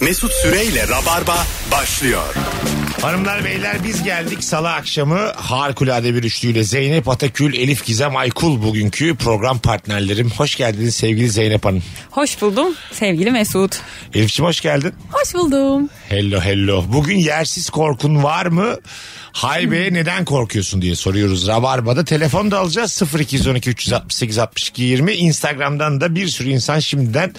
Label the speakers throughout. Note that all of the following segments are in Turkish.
Speaker 1: Mesut Süreyle Rabarba başlıyor.
Speaker 2: Hanımlar beyler biz geldik salı akşamı harikulade bir üçlüyle Zeynep Atakül, Elif Gizem Aykul bugünkü program partnerlerim. Hoş geldiniz sevgili Zeynep Hanım.
Speaker 3: Hoş buldum sevgili Mesut.
Speaker 2: Elif'ciğim hoş geldin.
Speaker 3: Hoş buldum.
Speaker 2: Hello hello. Bugün yersiz korkun var mı? Hay be neden korkuyorsun diye soruyoruz. Rabarba'da telefon da alacağız 0212 368 62 20. Instagram'dan da bir sürü insan şimdiden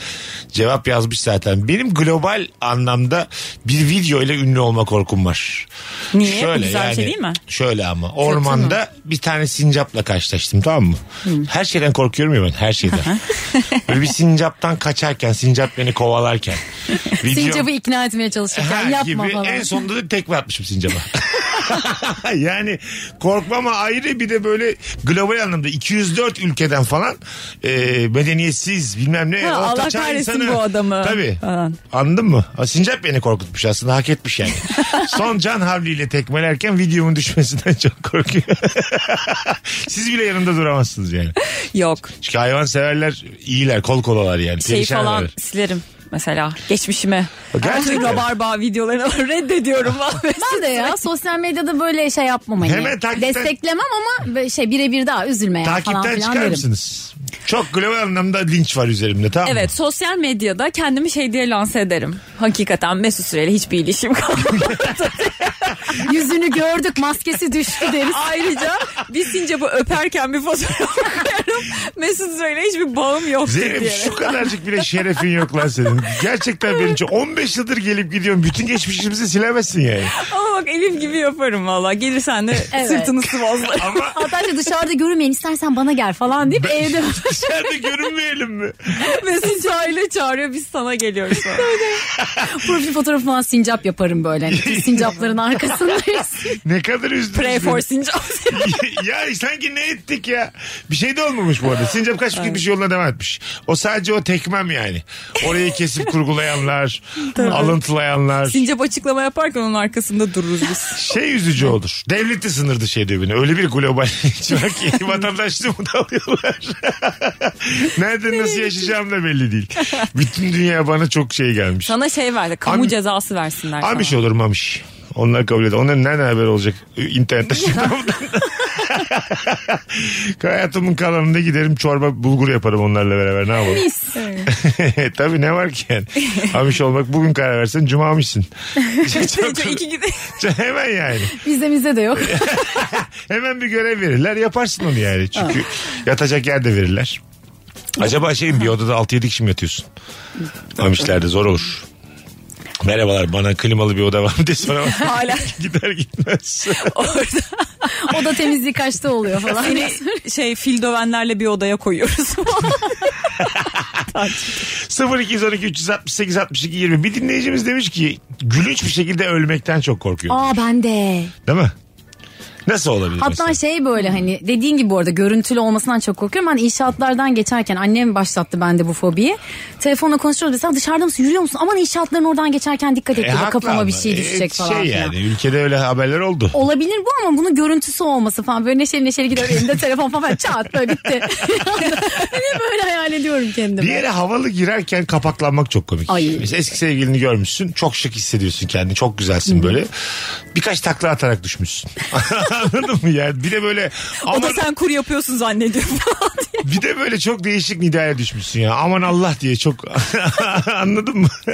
Speaker 2: cevap yazmış zaten. Benim global anlamda bir video ile ünlü olma korkum var.
Speaker 3: Niye? Güzel bir şey değil mi?
Speaker 2: Şöyle ama ormanda bir tane sincapla karşılaştım tamam mı? Her şeyden korkuyorum ya ben her şeyden. Böyle bir sincaptan kaçarken sincap beni kovalarken. Video-
Speaker 4: Sincap'ı ikna etmeye çalışırken
Speaker 2: Ha,
Speaker 4: yapma
Speaker 2: gibi.
Speaker 4: falan.
Speaker 2: En sonunda da tekme atmışım sincaba. yani korkmama ayrı bir de böyle global anlamda 204 ülkeden falan e, medeniyetsiz bilmem ne
Speaker 3: Ha, Allah
Speaker 2: ortaçağ
Speaker 3: kahretsin
Speaker 2: insanı.
Speaker 3: bu adamı.
Speaker 2: Tabii.
Speaker 3: Falan.
Speaker 2: Anladın mı? Ha, Sincap beni korkutmuş aslında hak etmiş yani. Son can havliyle tekmelerken videomun düşmesinden çok korkuyor. Siz bile yanımda duramazsınız yani.
Speaker 3: Yok
Speaker 2: Çünkü hayvan severler iyiler kol kolalar yani.
Speaker 3: şey
Speaker 2: perişan
Speaker 3: falan
Speaker 2: ederler.
Speaker 3: silerim mesela geçmişime.
Speaker 2: Gerçekten.
Speaker 3: Her türlü rabarba videolarını reddediyorum.
Speaker 4: Ben de ya sosyal medyada böyle şey yapmamayı.
Speaker 2: Hemen takipten-
Speaker 4: Desteklemem ama böyle şey birebir daha üzülme ya falan
Speaker 2: Takipten
Speaker 4: filan
Speaker 2: çıkar
Speaker 4: derim.
Speaker 2: mısınız? Çok global anlamda linç var üzerimde tamam mı?
Speaker 3: Evet sosyal medyada kendimi şey diye lanse ederim. Hakikaten Mesut Süreyle hiçbir ilişkim kalmadı.
Speaker 4: Yüzünü gördük maskesi düştü deriz.
Speaker 3: Ayrıca bir sincapı öperken bir fotoğraf koyarım. Mesut Süreyle hiçbir bağım yok
Speaker 2: Zeynep
Speaker 3: diye.
Speaker 2: şu kadarcık bile şerefin yok lan senin. Gerçekten benim için 15 yıldır gelip gidiyorum. Bütün geçmişimizi silemezsin yani.
Speaker 3: Ama bak Elif gibi yaparım valla. Gelirsen de
Speaker 4: Evet.
Speaker 3: sırtını sıvazlarım.
Speaker 2: Ama
Speaker 4: Hatta işte dışarıda görünmeyin istersen bana gel falan deyip evde
Speaker 2: dışarıda görünmeyelim mi?
Speaker 3: Mesut aile çağırıyor biz sana geliyoruz.
Speaker 4: profil fotoğrafı falan sincap yaparım böyle. Hani Sincapların arkasındayız.
Speaker 2: Ne kadar üzdünüz
Speaker 3: Pray
Speaker 2: beni.
Speaker 3: for sincap.
Speaker 2: ya sanki ne ettik ya? Bir şey de olmamış bu arada. Sincap kaç bir şey yoluna devam etmiş. O sadece o tekmem yani. Orayı kesip kurgulayanlar, alıntılayanlar.
Speaker 3: Sincap açıklama yaparken onun arkasında dururuz biz.
Speaker 2: şey üzücü olur. Devlet de sınır dışı ediyor beni. Öyle bir global var ki vatandaşlığımı da alıyorlar. Nerede nasıl yaşayacağım da belli değil. Bütün dünya bana çok şey gelmiş.
Speaker 3: Sana şey verdi. Kamu
Speaker 2: Abi- şey
Speaker 3: cezası versinler sana.
Speaker 2: Amiş olur mamış. Onlar kabul ediyor. Onların nereden haber olacak? İnternette şimdi. Hayatımın kalanında giderim çorba bulgur yaparım onlarla beraber. Ne yapalım?
Speaker 4: Mis.
Speaker 2: Tabii ne var ki yani. Amiş olmak bugün karar versen cuma amişsin. Çok-
Speaker 3: Sadece iki gide-
Speaker 2: hemen yani.
Speaker 4: Bizde bizde de yok.
Speaker 2: Hemen bir görev verirler yaparsın onu yani. Çünkü yatacak yer de verirler. Acaba şey mi, bir odada 6-7 kişi mi yatıyorsun? Amişlerde zor olur. Merhabalar bana klimalı bir oda var mı diye sonra
Speaker 3: Hala.
Speaker 2: gider gitmez.
Speaker 3: Orada
Speaker 4: O da temizliği kaçta oluyor falan.
Speaker 3: şey fil dövenlerle bir odaya koyuyoruz.
Speaker 2: 0212 368 62 20 bir dinleyicimiz demiş ki gülünç bir şekilde ölmekten çok korkuyor.
Speaker 4: Aa ben de.
Speaker 2: Değil mi? Nasıl olabilir
Speaker 4: Hatta
Speaker 2: mesela?
Speaker 4: şey böyle hani dediğin gibi bu arada görüntülü olmasından çok korkuyorum. Ben inşaatlardan geçerken annem başlattı bende bu fobiyi. Telefonla konuşuyoruz mesela dışarıda mısın yürüyor musun? Aman inşaatların oradan geçerken dikkat et
Speaker 2: E,
Speaker 4: ya da
Speaker 2: haklı
Speaker 4: kafama
Speaker 2: ama.
Speaker 4: bir şey
Speaker 2: E,
Speaker 4: düşecek falan.
Speaker 2: Şey
Speaker 4: filan.
Speaker 2: yani ülkede öyle haberler oldu.
Speaker 4: Olabilir bu ama bunun görüntüsü olması falan. Böyle neşeli neşeli gidiyor elimde telefon falan çat böyle bitti. Hani böyle hayal ediyorum kendimi.
Speaker 2: Bir yere havalı girerken kapaklanmak çok komik.
Speaker 4: Ay.
Speaker 2: Mesela eski sevgilini görmüşsün. Çok şık hissediyorsun kendini. Çok güzelsin böyle. Birkaç takla atarak düşmüşsün. Anladın mı yani? Bir de böyle
Speaker 3: o
Speaker 2: aman,
Speaker 3: da sen kur yapıyorsun zannediyorum.
Speaker 2: bir de böyle çok değişik nidaya düşmüşsün ya. Aman Allah diye çok anladın mı?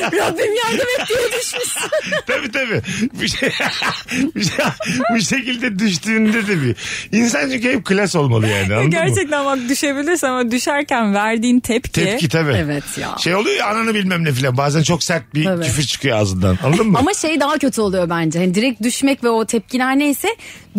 Speaker 3: Rabbim yardım et diye düşmüşsün.
Speaker 2: tabii tabii. Bir, şey, bir, şey- bir şekilde düştüğünde de bir. İnsan çünkü hep klas olmalı yani. Anladın mı?
Speaker 3: Gerçekten bak düşebilirsin ama düşerken verdiğin tepki.
Speaker 2: Tepki tabii.
Speaker 4: Evet ya.
Speaker 2: Şey oluyor ya ananı bilmem ne filan. Bazen çok sert bir
Speaker 4: Tabii.
Speaker 2: küfür çıkıyor ağzından. Anladın mı?
Speaker 4: Ama şey daha kötü oluyor bence. Hani direkt düşmek ve o tepkiler neyse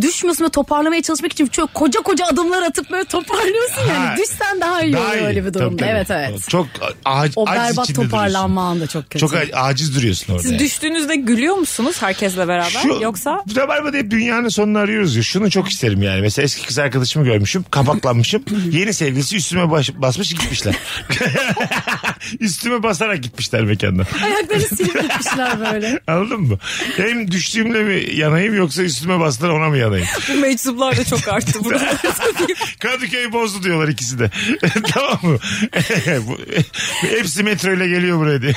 Speaker 4: düşmüyorsun ve toparlamaya çalışmak için çok koca koca adımlar atıp böyle söylüyorsun yani
Speaker 2: Ha.
Speaker 4: düşsen daha iyi
Speaker 2: Daha
Speaker 4: oluyor
Speaker 2: iyi.
Speaker 4: öyle bir
Speaker 2: Tabii,
Speaker 4: durumda.
Speaker 2: tabii.
Speaker 4: Evet evet.
Speaker 2: Çok ac-
Speaker 4: o
Speaker 2: aciz
Speaker 4: berbat
Speaker 2: içinde
Speaker 4: toparlanma
Speaker 2: duruyorsun.
Speaker 4: anında çok kötü.
Speaker 2: Çok a- aciz duruyorsun orada.
Speaker 3: Siz
Speaker 2: yani.
Speaker 3: düştüğünüzde gülüyor musunuz herkesle beraber?
Speaker 2: Şu,
Speaker 3: Yoksa
Speaker 2: Rabarba'da hep dünyanın sonunu arıyoruz ya. Şunu çok isterim yani. Mesela eski kız arkadaşımı görmüşüm. Kapaklanmışım. Yeni sevgilisi üstüme baş- basmış gitmişler. üstüme basarak gitmişler mekandan.
Speaker 4: Ayakları silip gitmişler böyle.
Speaker 2: Anladın mı? Hem düştüğümle mi yanayım yoksa üstüme bastılar ona mı yanayım?
Speaker 3: bu meczuplar da çok arttı burada.
Speaker 2: Kadıköy bozdu diyorlar ikisi de. tamam mı? Bu- Hepsi metro ile geliyor buraya diye.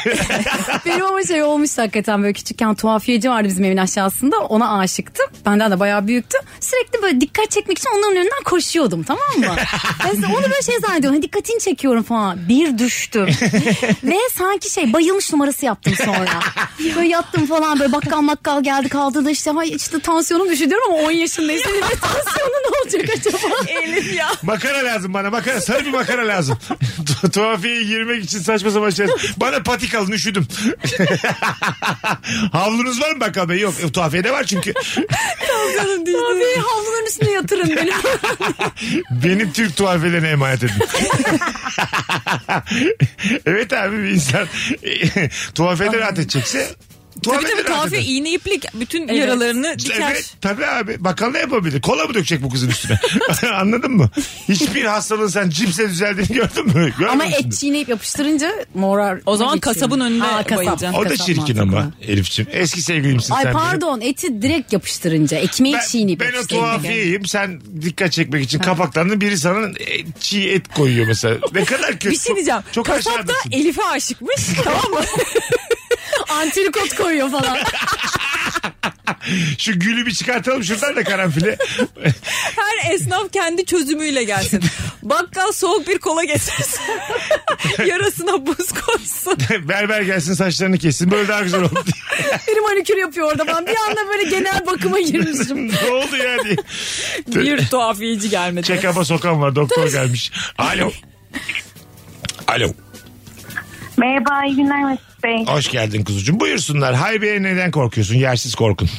Speaker 4: Benim ama şey olmuş hakikaten böyle küçükken tuhafiyeci vardı bizim evin aşağısında. Ona aşıktım. Benden de bayağı büyüktü. Sürekli böyle dikkat çekmek için onların önünden koşuyordum tamam mı? Ben onu böyle şey zannediyorum. Hani dikkatini çekiyorum falan. Bir düştüm. Ve sanki şey bayılmış numarası yaptım sonra. böyle yattım falan böyle bakkal makkal geldi kaldırdı işte. Ay işte tansiyonum düşü diyorum ama 10 yaşındayız. Senin de tansiyonun ne olacak acaba?
Speaker 3: Elif ya.
Speaker 2: makara lazım bana makara. Sarı bir makara lazım. Tu- Tuhafiyeye girmek için saçma sapan şey. Bana patik alın üşüdüm. Havlunuz var mı bakalım? Yok. E, tuhafiyede var çünkü.
Speaker 4: Abi havluların üstüne yatırın beni.
Speaker 2: Benim Türk tuhafelerine emanet edin. evet abi bir insan tuhafede rahat edecekse
Speaker 3: Tabii
Speaker 2: tuhafede
Speaker 3: tabii
Speaker 2: rahat
Speaker 3: kahve
Speaker 2: eder.
Speaker 3: iğne iplik bütün
Speaker 4: Evet.
Speaker 3: yaralarını diker.
Speaker 2: Evet tabii abi. Bakkal ne yapabilir? Kola mı dökecek bu kızın üstüne? Anladın mı? Hiçbir hastalığın sen cipsle düzeldiğini gördün mü? Görmemişsin.
Speaker 4: Ama et çiğneyip yapıştırınca morar.
Speaker 3: O zaman
Speaker 4: geçiyor.
Speaker 3: kasabın önüne bayılacaksın.
Speaker 2: O da
Speaker 4: Kasap
Speaker 2: çirkin
Speaker 4: mantıklı.
Speaker 2: ama Elif'ciğim. Eski sevgilimsin
Speaker 4: Ay
Speaker 2: sen benim.
Speaker 4: pardon eti direkt yapıştırınca ekmeği
Speaker 2: Ben,
Speaker 4: çiğneyip
Speaker 2: ben o
Speaker 4: yapıştırınca.
Speaker 2: tuhafiyeyim. Sen dikkat çekmek için kapaklandın. Biri sana e, çiğ et koyuyor mesela. Ne kadar kötü.
Speaker 3: Bir şey diyeceğim.
Speaker 2: Çok, çok
Speaker 3: Kasap da
Speaker 2: aşağıdasın.
Speaker 3: Elif'e aşıkmış tamam mı?
Speaker 4: Antrikot koyuyor falan.
Speaker 2: Şu gülü bir çıkartalım şuradan da karanfili.
Speaker 3: Her esnaf kendi çözümüyle gelsin. Bakkal soğuk bir kola getirsin. Yarasına buz koysun.
Speaker 2: Berber gelsin saçlarını kessin. Böyle daha güzel oldu.
Speaker 4: Benim manikür yapıyor orada ben bir anda böyle genel bakıma girmişim.
Speaker 2: ne oldu yani?
Speaker 3: bir tuhafiyeci gelmedi.
Speaker 2: Check-up'a sokan var. Doktor gelmiş. Alo. Alo.
Speaker 5: Merhaba, iyi günler Mesut Bey.
Speaker 2: Hoş geldin kuzucuğum. Buyursunlar. Haybe'ye neden korkuyorsun? Yersiz korkun.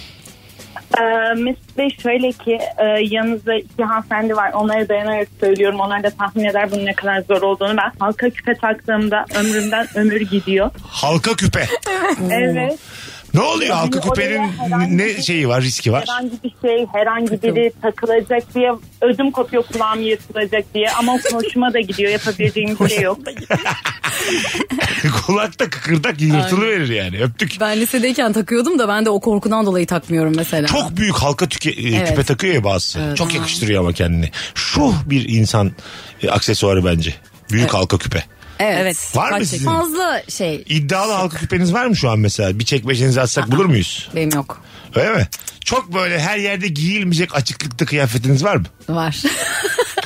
Speaker 5: Ee, Mesut Bey şöyle ki e, yanınızda iki hanımefendi var. Onlara dayanarak söylüyorum. Onlar da tahmin eder bunun ne kadar zor olduğunu. Ben halka küpe taktığımda ömrümden ömür gidiyor.
Speaker 2: Halka küpe.
Speaker 5: Evet.
Speaker 2: Ne oluyor
Speaker 5: Yani
Speaker 2: halka
Speaker 5: oraya
Speaker 2: küpenin
Speaker 5: herhangi
Speaker 2: ne
Speaker 4: şey-
Speaker 5: bir-
Speaker 2: şeyi var, riski var?
Speaker 5: Herhangi bir şey, herhangi biri takılacak diye ödüm kopuyor kulağım yırtılacak diye. Ama hoşuma da gidiyor. Yapabileceğim bir şey yok.
Speaker 2: Kulakta kıkırdak yırtılıverir yani. Öptük.
Speaker 4: Ben lisedeyken takıyordum da ben de o korkudan dolayı takmıyorum mesela.
Speaker 2: Çok büyük halka tüke, e,
Speaker 4: Evet.
Speaker 2: küpe takıyor ya bazısı.
Speaker 4: Evet.
Speaker 2: Çok yakıştırıyor ama kendini. Şu bir insan e, aksesuarı bence. Büyük halka küpe.
Speaker 4: Evet.
Speaker 2: Var mı
Speaker 4: Kaç-
Speaker 2: sizin?
Speaker 4: Fazla şey
Speaker 2: İddialı halka küpeniz var mı şu an mesela? Bir çekmecenizi atsak bulur muyuz?
Speaker 4: benim yok.
Speaker 2: Öyle mi? Çok böyle her yerde giyilmeyecek açıklıkta kıyafetiniz var mı?
Speaker 4: Var.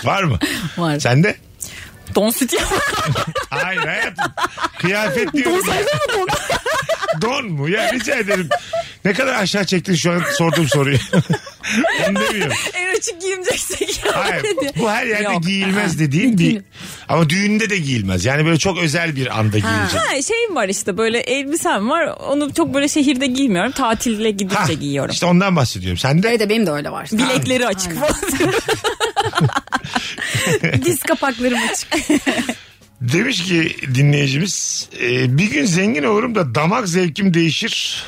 Speaker 2: Var mı?
Speaker 4: Var.
Speaker 2: Sende?
Speaker 3: Don City.
Speaker 2: Hayır hayatım. Kıyafet diyorum. Don mu? Ya rica ederim. Ne kadar aşağı çektin şu an sorduğum soruyu. Onu demiyorum.
Speaker 3: en açık giyimeceksek. ya.
Speaker 2: Hayır, bu her yerde
Speaker 3: Yok.
Speaker 2: giyilmez dediğin bir ama düğünde de giyilmez. Yani böyle çok özel bir anda giyilecek.
Speaker 3: Ha, şeyim var işte böyle elbisem var. Onu çok böyle şehirde giymiyorum. Tatile
Speaker 2: Ha,
Speaker 3: gidince giyiyorum.
Speaker 2: İşte ondan bahsediyorum. Sen de
Speaker 4: Evet Şey de benim de öyle var.
Speaker 3: Bilekleri açık falan.
Speaker 4: Diz kapaklarım açık.
Speaker 2: demiş ki dinleyicimiz e, bir gün zengin olurum da damak zevkim değişir.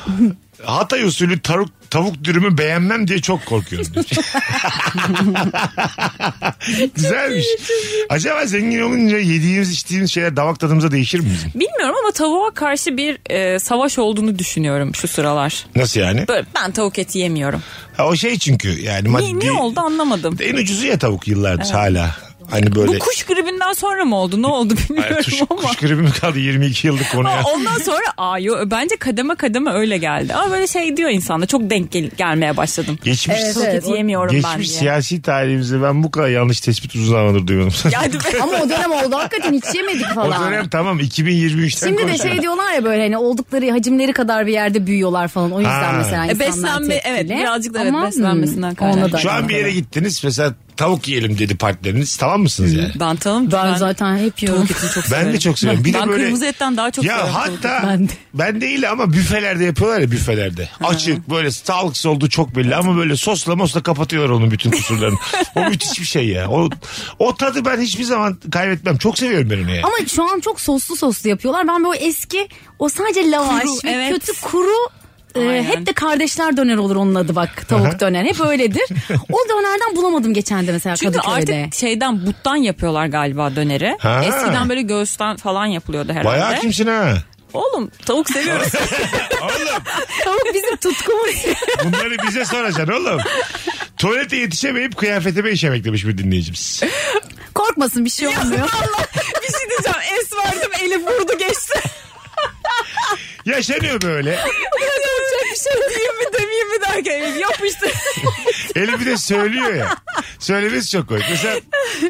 Speaker 2: Hatay usulü tavuk, tavuk dürümü beğenmem diye çok korkuyorum. demiş. Güzelmiş. Acaba zengin olunca yediğimiz içtiğimiz şeyler damak tadımıza değişir mi bizim?
Speaker 3: Bilmiyorum ama tavuğa karşı bir e, savaş olduğunu düşünüyorum şu sıralar.
Speaker 2: Nasıl yani?
Speaker 3: Böyle ben tavuk eti yemiyorum.
Speaker 2: Ha, o şey çünkü yani
Speaker 3: Niye, niye oldu anlamadım.
Speaker 2: En ucuzu ya tavuk yıllardır hala. Hani böyle.
Speaker 3: Bu kuş gribinden sonra mı oldu? Ne oldu bilmiyorum
Speaker 2: Ay, tuş-
Speaker 3: ama.
Speaker 2: kuş gribi mi kaldı 22 yıllık konu ya.
Speaker 3: Ama Ondan sonra aa yo, bence kademe kademe öyle geldi. Ama böyle şey diyor insanda çok denk gel- gelmeye başladım.
Speaker 2: Geçmiş,
Speaker 4: Evet,
Speaker 3: Tavuk
Speaker 4: evet.
Speaker 3: eti yemiyorum ben
Speaker 2: geçmiş
Speaker 3: diye.
Speaker 2: siyasi tarihimizde ben bu kadar yanlış tespit uzun zamandır duymadım.
Speaker 3: Yani ben-
Speaker 4: Ama o dönem oldu hakikaten hiç yemedik
Speaker 2: o
Speaker 4: falan.
Speaker 2: dönem tamam 2023'ten
Speaker 4: Şimdi de
Speaker 2: konuşuyorum.
Speaker 4: şey diyorlar ya böyle hani oldukları hacimleri kadar bir yerde büyüyorlar falan. O yüzden
Speaker 2: Ha.
Speaker 4: mesela
Speaker 3: E,
Speaker 4: insanlar
Speaker 3: beslenme-
Speaker 4: tepkili.
Speaker 3: evet, birazcık da evet,
Speaker 4: Ama,
Speaker 3: beslenmesinden
Speaker 4: hmm,
Speaker 3: kaynaklı.
Speaker 4: onunla da
Speaker 2: Şu an bir yere
Speaker 4: alakalı.
Speaker 2: gittiniz mesela tavuk yiyelim dedi partneriniz. Tamam mısınız yani?
Speaker 3: Ben tamam.
Speaker 4: Ben zaten hep yiyorum.
Speaker 3: tavuk etini çok
Speaker 2: Ben
Speaker 3: severim.
Speaker 2: de çok seviyorum. Bir de
Speaker 3: ben
Speaker 2: böyle-
Speaker 3: kırmızı etten daha çok severim.
Speaker 2: Ya
Speaker 3: tavuk
Speaker 2: hatta
Speaker 3: etini.
Speaker 2: ben,
Speaker 4: Ben
Speaker 2: de.
Speaker 4: de.
Speaker 2: değil ama büfelerde yapıyorlar ya büfelerde. Açık böyle sağlıksız olduğu çok belli ama böyle sosla mosla kapatıyorlar onun bütün kusurlarını. o müthiş bir şey ya. O, o tadı ben hiçbir zaman kaybetmem. Çok seviyorum ben onu yani.
Speaker 4: Ama şu an çok soslu soslu yapıyorlar. Ben böyle eski o sadece lavaş
Speaker 3: Kuru,
Speaker 4: ve
Speaker 3: evet.
Speaker 4: kötü kuru e,
Speaker 3: Aynen.
Speaker 4: hep de kardeşler döner olur onun adı bak tavuk döner hep öyledir. O dönerden bulamadım geçen de mesela
Speaker 3: Çünkü
Speaker 4: Kadıköy'de.
Speaker 3: artık şeyden buttan yapıyorlar galiba döneri.
Speaker 2: Ha.
Speaker 3: Eskiden böyle göğüsten falan yapılıyordu herhalde.
Speaker 2: Bayağı kimsin ha?
Speaker 3: Oğlum tavuk seviyoruz.
Speaker 2: Oğlum
Speaker 4: Tavuk bizim tutkumuz.
Speaker 2: bunları bize soracaksın oğlum. Tuvalete yetişemeyip kıyafetime işemek demiş bir dinleyicimiz.
Speaker 4: Korkmasın bir şey olmuyor.
Speaker 3: bir şey diyeceğim. Es verdim elim vurdu geçti.
Speaker 2: Yaşanıyor böyle.
Speaker 3: Yapacak bir şey diyeyim mi demeyeyim mi derken elim yapıştı.
Speaker 2: Eli bir de söylüyor ya. Söylemesi çok hoş. Mesela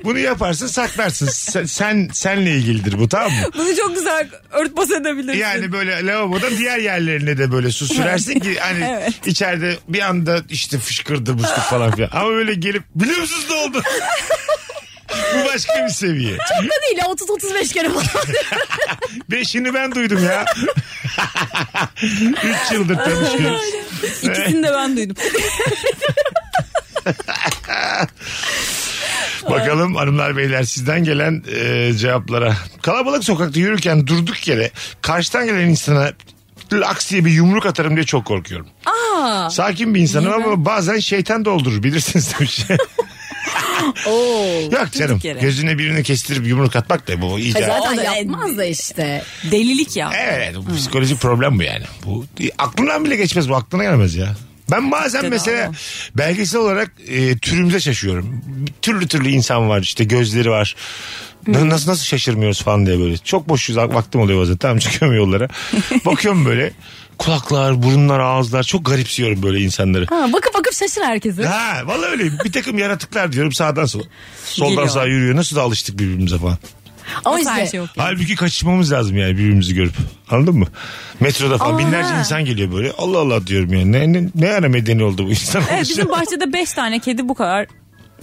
Speaker 2: bunu yaparsın saklarsın. Sen, sen senle ilgilidir bu tamam mı?
Speaker 3: Bunu çok güzel örtbas edebilirsin.
Speaker 2: Yani böyle lavabodan diğer yerlerine de böyle su sürersin ki hani içeride bir anda işte fışkırdı musluk falan filan. Ama böyle gelip biliyor musunuz ne oldu? Bu başka bir seviye.
Speaker 4: değil 30-35 kere falan.
Speaker 2: Beşini ben duydum ya. Üç yıldır tanışıyoruz.
Speaker 3: İkisini de ben duydum.
Speaker 2: Bakalım hanımlar beyler sizden gelen e, cevaplara. Kalabalık sokakta yürürken durduk yere karşıdan gelen insana laks diye bir yumruk atarım diye çok korkuyorum.
Speaker 3: Aa,
Speaker 2: Sakin bir insanım ama bazen şeytan doldurur bilirsiniz demiş. şey. Yok canım
Speaker 3: durduk yere.
Speaker 2: gözüne birini kestirip yumruk atmak da bu iyice.
Speaker 4: Zaten
Speaker 3: O da-
Speaker 4: yapmaz da işte.
Speaker 3: delilik ya.
Speaker 2: Evet bu psikolojik problem bu yani. Bu aklından bile geçmez bu aklına gelmez ya. Ben bazen
Speaker 3: Hakikaten
Speaker 2: mesela
Speaker 3: ama.
Speaker 2: belgesel olarak e, türümüze şaşıyorum. Türlü türlü insan var işte gözleri var. Na- Nasıl nasıl şaşırmıyoruz falan diye böyle. Çok boş yüz- vaktim oluyor bazen. Tamam çıkıyorum yollara. Bakıyorum böyle kulaklar, burunlar, ağızlar çok garipsiyorum böyle insanları.
Speaker 4: Ha, bakıp bakıp şaşır herkesi.
Speaker 2: Ha vallahi öyle bir takım yaratıklar diyorum sağdan sola. Soldan
Speaker 3: Geliyor.
Speaker 2: sağa yürüyor. Nasıl da alıştık birbirimize falan.
Speaker 4: Ama
Speaker 3: Nasıl her
Speaker 4: işte
Speaker 3: şey yok.
Speaker 2: Halbuki kaçışmamız lazım yani birbirimizi görüp. Anladın mı? Metroda falan binlerce insan geliyor böyle. Allah Allah diyorum yani. Ne, ne, ne ara medeni oldu bu insan
Speaker 3: Evet,
Speaker 2: oluşu?
Speaker 3: bizim bahçede beş tane kedi bu kadar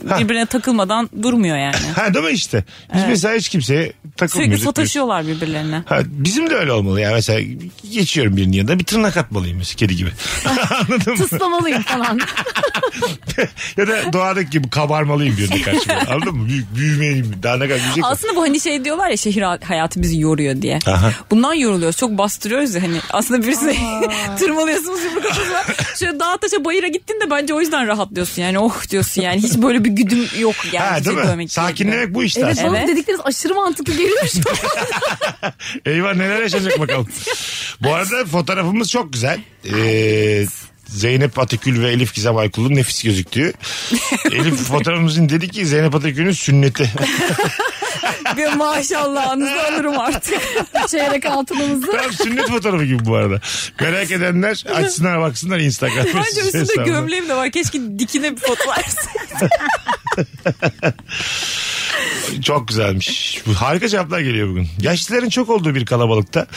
Speaker 3: birbirine takılmadan durmuyor yani.
Speaker 2: Ha değil mi işte? Biz mesela hiç kimseye takılmıyoruz.
Speaker 3: Sürekli sataşıyorlar birbirlerine.
Speaker 2: Ha, bizim de öyle olmalı ya. Mesela geçiyorum birinin yanında bir tırnak atmalıyım mesela kedi gibi. Anladın mı?
Speaker 4: tıslamalıyım falan.
Speaker 2: ya da doğadaki gibi kabarmalıyım birinin karşıma. Anladın mı? Büyük, büyümeyeyim. Daha ne kadar büyüyecek mi?
Speaker 3: Aslında bu hani şey diyorlar ya şehir hayatı bizi yoruyor diye.
Speaker 2: Aha.
Speaker 3: Bundan yoruluyoruz. Çok bastırıyoruz ya hani. Aslında birisine tırmalıyorsunuz yumruk atıyorsunuz. Şöyle dağ taşa bayıra gittin de bence o yüzden rahatlıyorsun. Yani oh diyorsun yani. Hiç böyle bir güdüm yok yani.
Speaker 2: Ha
Speaker 3: bir
Speaker 2: değil
Speaker 3: şey
Speaker 2: mi?
Speaker 3: dövmek gibi.
Speaker 2: Sakinlemek bu işte
Speaker 4: Evet,
Speaker 2: aslında.
Speaker 4: bana
Speaker 3: Evet.
Speaker 4: dedikleriniz aşırı mantıklı geliyor şu an.
Speaker 2: Eyvah neler yaşanacak bakalım. Bu arada fotoğrafımız çok güzel. Ee, Zeynep Atakül ve Elif Gizem Aykul'un nefis gözüktüğü. Elif fotoğrafımızın dedi ki Zeynep Atakül'ün sünneti.
Speaker 3: Bir maşallah anınızı alırım artık.
Speaker 4: Çeyrek altınımızı.
Speaker 2: Tam sünnet fotoğrafı gibi bu arada. Merak edenler açsınlar baksınlar Instagram.
Speaker 3: Bence
Speaker 2: mesaj
Speaker 3: üstünde
Speaker 2: hesabına.
Speaker 3: gömleğim de var. Keşke dikine bir foto versin.
Speaker 2: Çok güzelmiş. Bu Harika cevaplar geliyor bugün. Yaşlıların çok olduğu bir kalabalıkta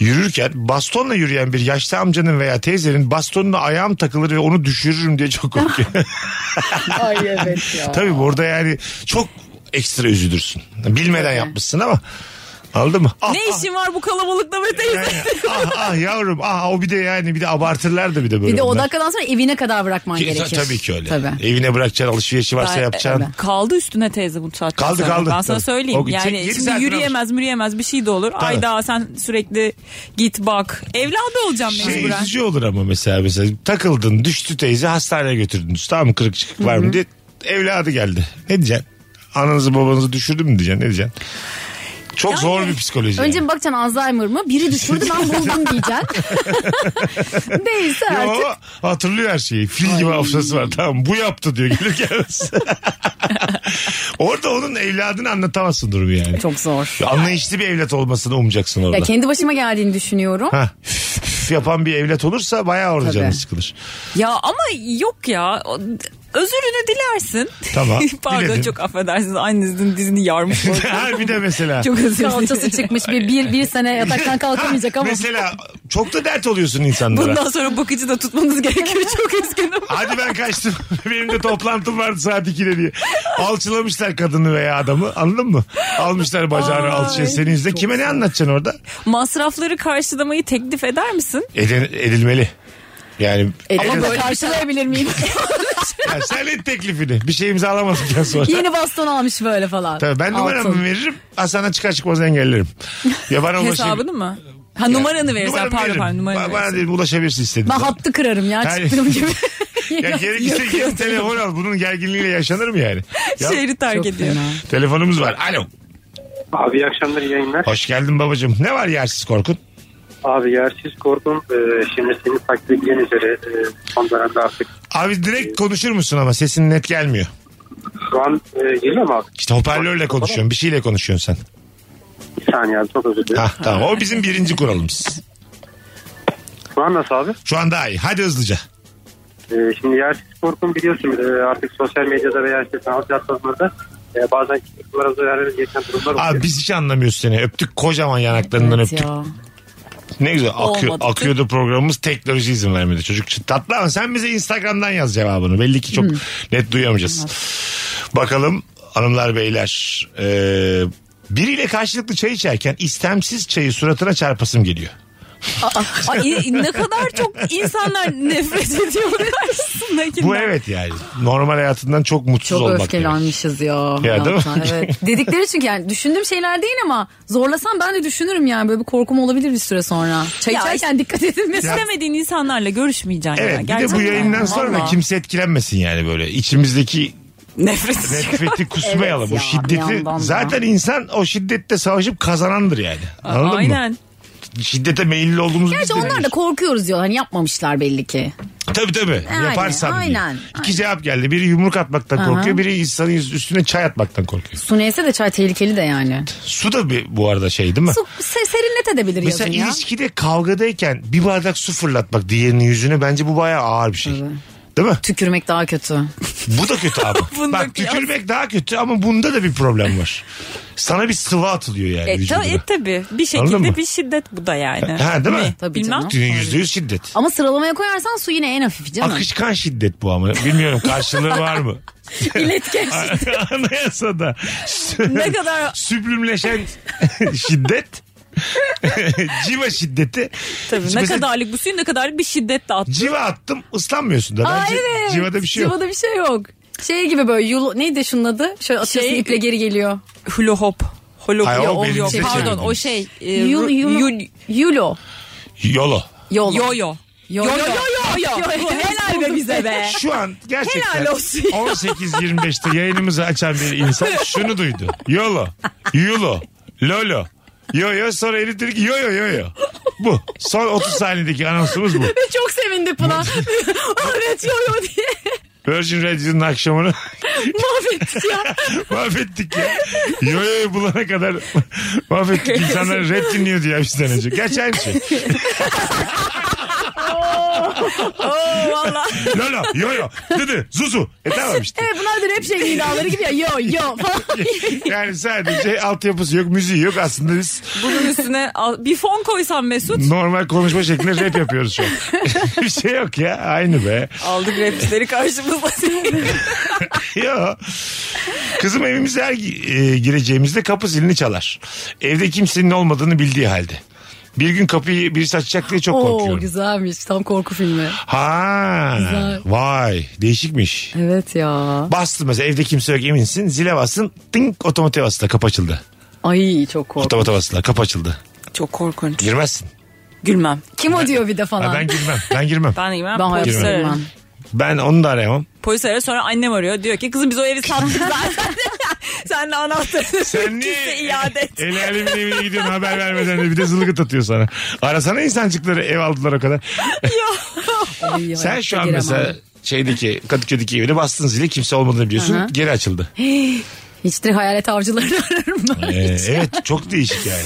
Speaker 2: yürürken bastonla yürüyen bir yaşlı amcanın veya teyzenin bastonuna ayağım takılır ve onu düşürürüm diye çok korkuyorum.
Speaker 4: Ay evet ya.
Speaker 2: Tabii burada yani çok ekstra üzülürsün. Bilmeden yapmışsın ama aldın mı? Ah,
Speaker 3: ne işin var bu kalabalıkta be
Speaker 2: ah,
Speaker 3: teyze?
Speaker 2: yani, ah, ah yavrum ah o bir de yani bir de abartırlar da bir de böyle.
Speaker 4: Bir de o
Speaker 2: bunlar.
Speaker 4: dakikadan sonra evine kadar bırakman
Speaker 2: Ki-
Speaker 4: gerekir.
Speaker 2: Tabii ki öyle.
Speaker 4: Tabii.
Speaker 2: Evine bırakacaksın alışverişi varsa
Speaker 3: Ben-
Speaker 2: yapacaksın.
Speaker 4: evet.
Speaker 3: Kaldı üstüne teyze bu saatten
Speaker 2: Kaldı,
Speaker 3: sonra.
Speaker 2: kaldı.
Speaker 3: Ben sana
Speaker 2: Tabii.
Speaker 3: söyleyeyim.
Speaker 2: O gidecek,
Speaker 3: yani
Speaker 2: yedi
Speaker 3: şimdi
Speaker 2: saat
Speaker 3: yürüyemez mürüyemez bir şey de olur. Ay daha sen sürekli git bak. Evladı olacağım
Speaker 2: Şey
Speaker 3: mecburen.
Speaker 2: üzücü olur ama mesela mesela takıldın düştü teyze hastaneye götürdünüz tamam mı kırık çıkık var mı diye evladı geldi. Ne diyeceksin? Ananızı babanızı düşürdü mü diyeceksin ne diyeceksin? Çok zor bir psikoloji.
Speaker 4: Önce
Speaker 2: yani.
Speaker 4: mi bakacaksın Alzheimer mı? Biri düşürdü ben buldum diyeceksin. Değilse
Speaker 2: Yo,
Speaker 4: artık.
Speaker 2: hatırlıyor her şeyi. Fil gibi hafızası var. Tamam bu yaptı diyor gelir gelmez. orada onun evladını anlatamazsın durumu yani.
Speaker 4: Çok zor.
Speaker 2: Anlayışlı bir evlat olmasını umacaksın orada.
Speaker 4: Ya kendi başıma geldiğini düşünüyorum.
Speaker 2: Ha, üf, üf yapan bir evlat olursa bayağı orada
Speaker 4: Tabii.
Speaker 2: canı sıkılır.
Speaker 3: Ya ama yok ya. O- özürünü dilersin.
Speaker 2: Tamam,
Speaker 3: Pardon
Speaker 2: diledim.
Speaker 3: çok affedersiniz. Annenizin dizini yarmış. oldu.
Speaker 2: ha bir de mesela.
Speaker 3: çok özür
Speaker 4: Kalçası
Speaker 3: dilerim.
Speaker 4: çıkmış bir, bir, bir sene yataktan kalkamayacak ama.
Speaker 2: Mesela çok da dert oluyorsun insanlara.
Speaker 3: Bundan sonra bakıcı da tutmanız gerekiyor. Çok üzgünüm.
Speaker 2: Hadi ben kaçtım. Benim de toplantım vardı saat 2'de diye. Alçılamışlar kadını veya adamı. Anladın mı? Almışlar bacağını alçıya seni izle. Kime ne anlatacaksın orada?
Speaker 3: Masrafları karşılamayı teklif eder misin?
Speaker 2: Eden- edilmeli. Yani
Speaker 4: Ama böyle karşılayabilir miyim?
Speaker 2: Ya sen et teklifini. Bir şey imzalamadıktan sonra.
Speaker 4: Yeni baston almış böyle falan.
Speaker 2: Tabii ben numaramı
Speaker 4: Altın.
Speaker 2: veririm. Hasan'a çıkar çıkmaz engellerim. Ya bana ulaşabilir.
Speaker 3: Hesabını mı? Ha numaranı verirsen
Speaker 2: Numaramı
Speaker 3: pardon
Speaker 2: veririm.
Speaker 3: pardon numaranı
Speaker 2: Ba- Bana
Speaker 3: verirsen.
Speaker 2: dedim ulaşabilirsin istedim.
Speaker 4: Ben hattı kırarım ya
Speaker 2: Hayır.
Speaker 4: çıktığım gibi.
Speaker 2: ya gerekirse git telefon al. Bunun gerginliğiyle yaşanır mı yani? Ya,
Speaker 3: Şehri terk ediyor.
Speaker 2: Telefonumuz var. Alo.
Speaker 6: Abi iyi akşamlar iyi yayınlar.
Speaker 2: Hoş geldin babacığım. Ne var yersiz korkun?
Speaker 6: Abi yersiz korkum e, şimdi senin takdir edeceğin üzere e, son dönemde artık
Speaker 2: Abi direkt konuşur musun ama sesin net gelmiyor.
Speaker 6: şu an e, geliyor mu abi?
Speaker 2: İşte hoparlörle konuşuyorsun. Bir şeyle konuşuyorsun sen.
Speaker 6: Bir saniye abi çok özür dilerim.
Speaker 2: Hah tamam. O bizim birinci kuralımız.
Speaker 6: Şu an nasıl abi?
Speaker 2: Şu an daha iyi. Hadi hızlıca.
Speaker 6: E, şimdi yersiz korkum biliyorsun e, artık sosyal medyada veya işte sanal platformlarda e, bazen kişilik numara zararı geçen durumlar oluyor.
Speaker 2: Abi biz hiç anlamıyoruz seni. Öptük kocaman yanaklarından öptük.
Speaker 4: ya.
Speaker 2: Ne güzel akıyor,
Speaker 3: Olmadı.
Speaker 2: akıyordu programımız teknoloji izin vermedi çocuk için. Tatlı ama sen bize Instagram'dan yaz cevabını. Belli ki çok net duyamayacağız. Bakalım hanımlar beyler. Ee, biriyle karşılıklı çay içerken istemsiz çayı suratına çarpasım geliyor.
Speaker 3: Ay, ne kadar çok insanlar nefret ediyor karşısındakinden.
Speaker 2: Bu evet yani. Normal hayatından çok mutsuz
Speaker 4: Çok
Speaker 2: olmak. demek.
Speaker 4: öfkelenmişiz ya.
Speaker 2: Ya değil mi?
Speaker 4: Evet. Dedikleri çünkü yani düşündüğüm şeyler değil ama zorlasam ben de düşünürüm yani böyle bir korkum olabilir bir süre sonra. Çay
Speaker 3: Ya
Speaker 4: içerken dikkat edilmesi.
Speaker 3: İstemediğin insanlarla görüşmeyeceksin ya.
Speaker 2: Evet bir de bu
Speaker 3: Gerçekten.
Speaker 2: yayından sonra
Speaker 3: Vallahi.
Speaker 2: kimse etkilenmesin yani böyle. içimizdeki
Speaker 3: nefret.
Speaker 2: nefreti kusmayalım.
Speaker 4: Evet ya,
Speaker 2: bu
Speaker 4: bir
Speaker 2: şiddeti
Speaker 4: yandan da.
Speaker 2: zaten insan o şiddette savaşıp kazanandır yani. Anladın mı?
Speaker 3: Aynen.
Speaker 2: şiddete meyilli olduğumuz
Speaker 4: Gerçi onlar da korkuyoruz diyor hani yapmamışlar belli ki.
Speaker 2: Tabii tabii
Speaker 4: Yani,
Speaker 2: yaparsam diye.
Speaker 4: aynen,
Speaker 2: İki cevap geldi. Biri yumruk atmaktan korkuyor. Biri insanın yüz- üstüne çay atmaktan korkuyor.
Speaker 4: Su neyse de çay tehlikeli de yani.
Speaker 2: Su da bir, bu arada şey değil mi?
Speaker 4: Su se- serinlet edebilir yazın
Speaker 2: Mesela
Speaker 4: ya.
Speaker 2: ilişkide kavgadayken bir bardak su fırlatmak diğerinin yüzüne bence bu bayağı ağır bir şey. Değil mi?
Speaker 4: Tükürmek daha kötü.
Speaker 2: Bu da kötü ama.
Speaker 3: Bunda
Speaker 2: Bak
Speaker 3: kıyas.
Speaker 2: tükürmek daha kötü ama bunda da bir problem var. Sana bir sıvı atılıyor yani
Speaker 3: E, ta,
Speaker 2: vücuduna.
Speaker 3: e, tabii bir
Speaker 2: Anladın mı?
Speaker 3: şekilde bir şiddet bu da yani.
Speaker 2: Ha, değil mi?
Speaker 4: Tabii
Speaker 3: Bilmem.
Speaker 4: canım.
Speaker 2: Yüzde yüz şiddet.
Speaker 4: Ama sıralamaya koyarsan su yine en hafif canım.
Speaker 2: Akışkan şiddet bu ama. Bilmiyorum karşılığı var mı?
Speaker 4: İletken
Speaker 2: Anayasada.
Speaker 3: Ne kadar-
Speaker 2: Süblümleşen şiddet. civa şiddeti.
Speaker 3: Tabii ne
Speaker 2: Mesela
Speaker 3: kadarlık bu suyun ne kadarlık bir şiddet de attı.
Speaker 2: Civa attım ıslanmıyorsun da.
Speaker 4: Aa,
Speaker 2: Bence
Speaker 4: evet.
Speaker 2: civada bir şey yok.
Speaker 4: Civada bir şey yok. Şey gibi böyle yul neydi şunun adı? Şöyle atıyorsun
Speaker 3: Şey-
Speaker 4: iple geri geliyor.
Speaker 3: Hula hop. Hula
Speaker 2: Ay, o
Speaker 3: hop. Ya, o
Speaker 2: benim
Speaker 3: yok.
Speaker 2: size
Speaker 3: Pardon
Speaker 2: çevirdim.
Speaker 3: o şey. E,
Speaker 4: Yul,
Speaker 3: ru-
Speaker 4: yul,
Speaker 3: yul-
Speaker 4: yulo.
Speaker 2: Yolo.
Speaker 4: Yolo.
Speaker 3: Yo yo. Yo yo yo yo.
Speaker 4: Yo, yo.
Speaker 3: Helal be bize be.
Speaker 2: Şu an gerçekten
Speaker 3: Helal olsun ya.
Speaker 2: 18-25'te yayınımızı açan bir insan şunu duydu. Yolo, yulo, lolo, yo yo sonra elini dedi ki yo yo yo yo. Bu. Son 30 saniyedeki anonsumuz bu.
Speaker 4: Çok sevindik buna. evet yo yo diye
Speaker 2: Virgin Radio'nun akşamını
Speaker 4: mahvettik ya.
Speaker 2: mahvettik ya. Yo yo yo bulana kadar mahvettik. İnsanlar rap dinliyordu ya bizden önce. Gerçi aynı şey.
Speaker 3: Oo valla.
Speaker 2: Lolo, yo yo, dıdı, zuzu. E tamam işte.
Speaker 4: Evet bunlar da rap şey iddiaları gibi ya yo yo falan.
Speaker 2: Yani sadece altyapısı yok, müziği yok. Aslında biz
Speaker 3: Bunun üstüne al- bir fon koysan Mesut.
Speaker 2: normal konuşma şeklinde rap yapıyoruz şu an. bir şey yok ya. Aynı be.
Speaker 3: Aldık rapçileri karşımıza.
Speaker 2: Yo. Kızım evimize her gi- e, gireceğimizde kapı zilini çalar. Evde kimsenin olmadığını bildiği halde. Bir gün kapıyı birisi açacak diye çok
Speaker 4: Oo
Speaker 2: korkuyorum.
Speaker 4: güzelmiş tam korku filmi.
Speaker 2: Ha.
Speaker 4: Güzel.
Speaker 2: Vay değişikmiş.
Speaker 4: Evet ya.
Speaker 2: Bastı mesela evde kimse yok eminsin. Zile basın. Tink otomatiğe bastı. Kapı açıldı.
Speaker 4: Ay çok korku.
Speaker 2: Otomatiğe bastılar. Kapı açıldı.
Speaker 3: Çok korkunç.
Speaker 2: Girmezsin.
Speaker 3: Gülmem.
Speaker 4: Kim o diyor bir de falan.
Speaker 2: Ha, ben girmem. Ben girmem.
Speaker 3: Ben girmem.
Speaker 4: ben
Speaker 3: polis
Speaker 4: hayatta
Speaker 3: ararım.
Speaker 4: bilmem.
Speaker 2: Ben onu da arayamam.
Speaker 3: Polis arıyor sonra annem arıyor. Diyor ki kızım biz o evi sattık zaten. Sen de anahtarını
Speaker 2: Sen
Speaker 3: kimse
Speaker 2: niye
Speaker 3: iade et.
Speaker 2: el alemin evine gidiyorsun haber vermeden de bir de zılgıt atıyor sana. Arasana insancıkları ev aldılar o kadar.
Speaker 4: Ay,
Speaker 2: Sen
Speaker 4: hayatta
Speaker 2: şu an
Speaker 4: giremem.
Speaker 2: mesela şeydeki Kadıköy'deki evine bastın zili kimse olmadığını biliyorsun.
Speaker 4: Hı hı.
Speaker 2: Geri açıldı.
Speaker 4: Hiç de hayalet avcılarını ararım ben.
Speaker 2: Ee, evet çok değişik yani.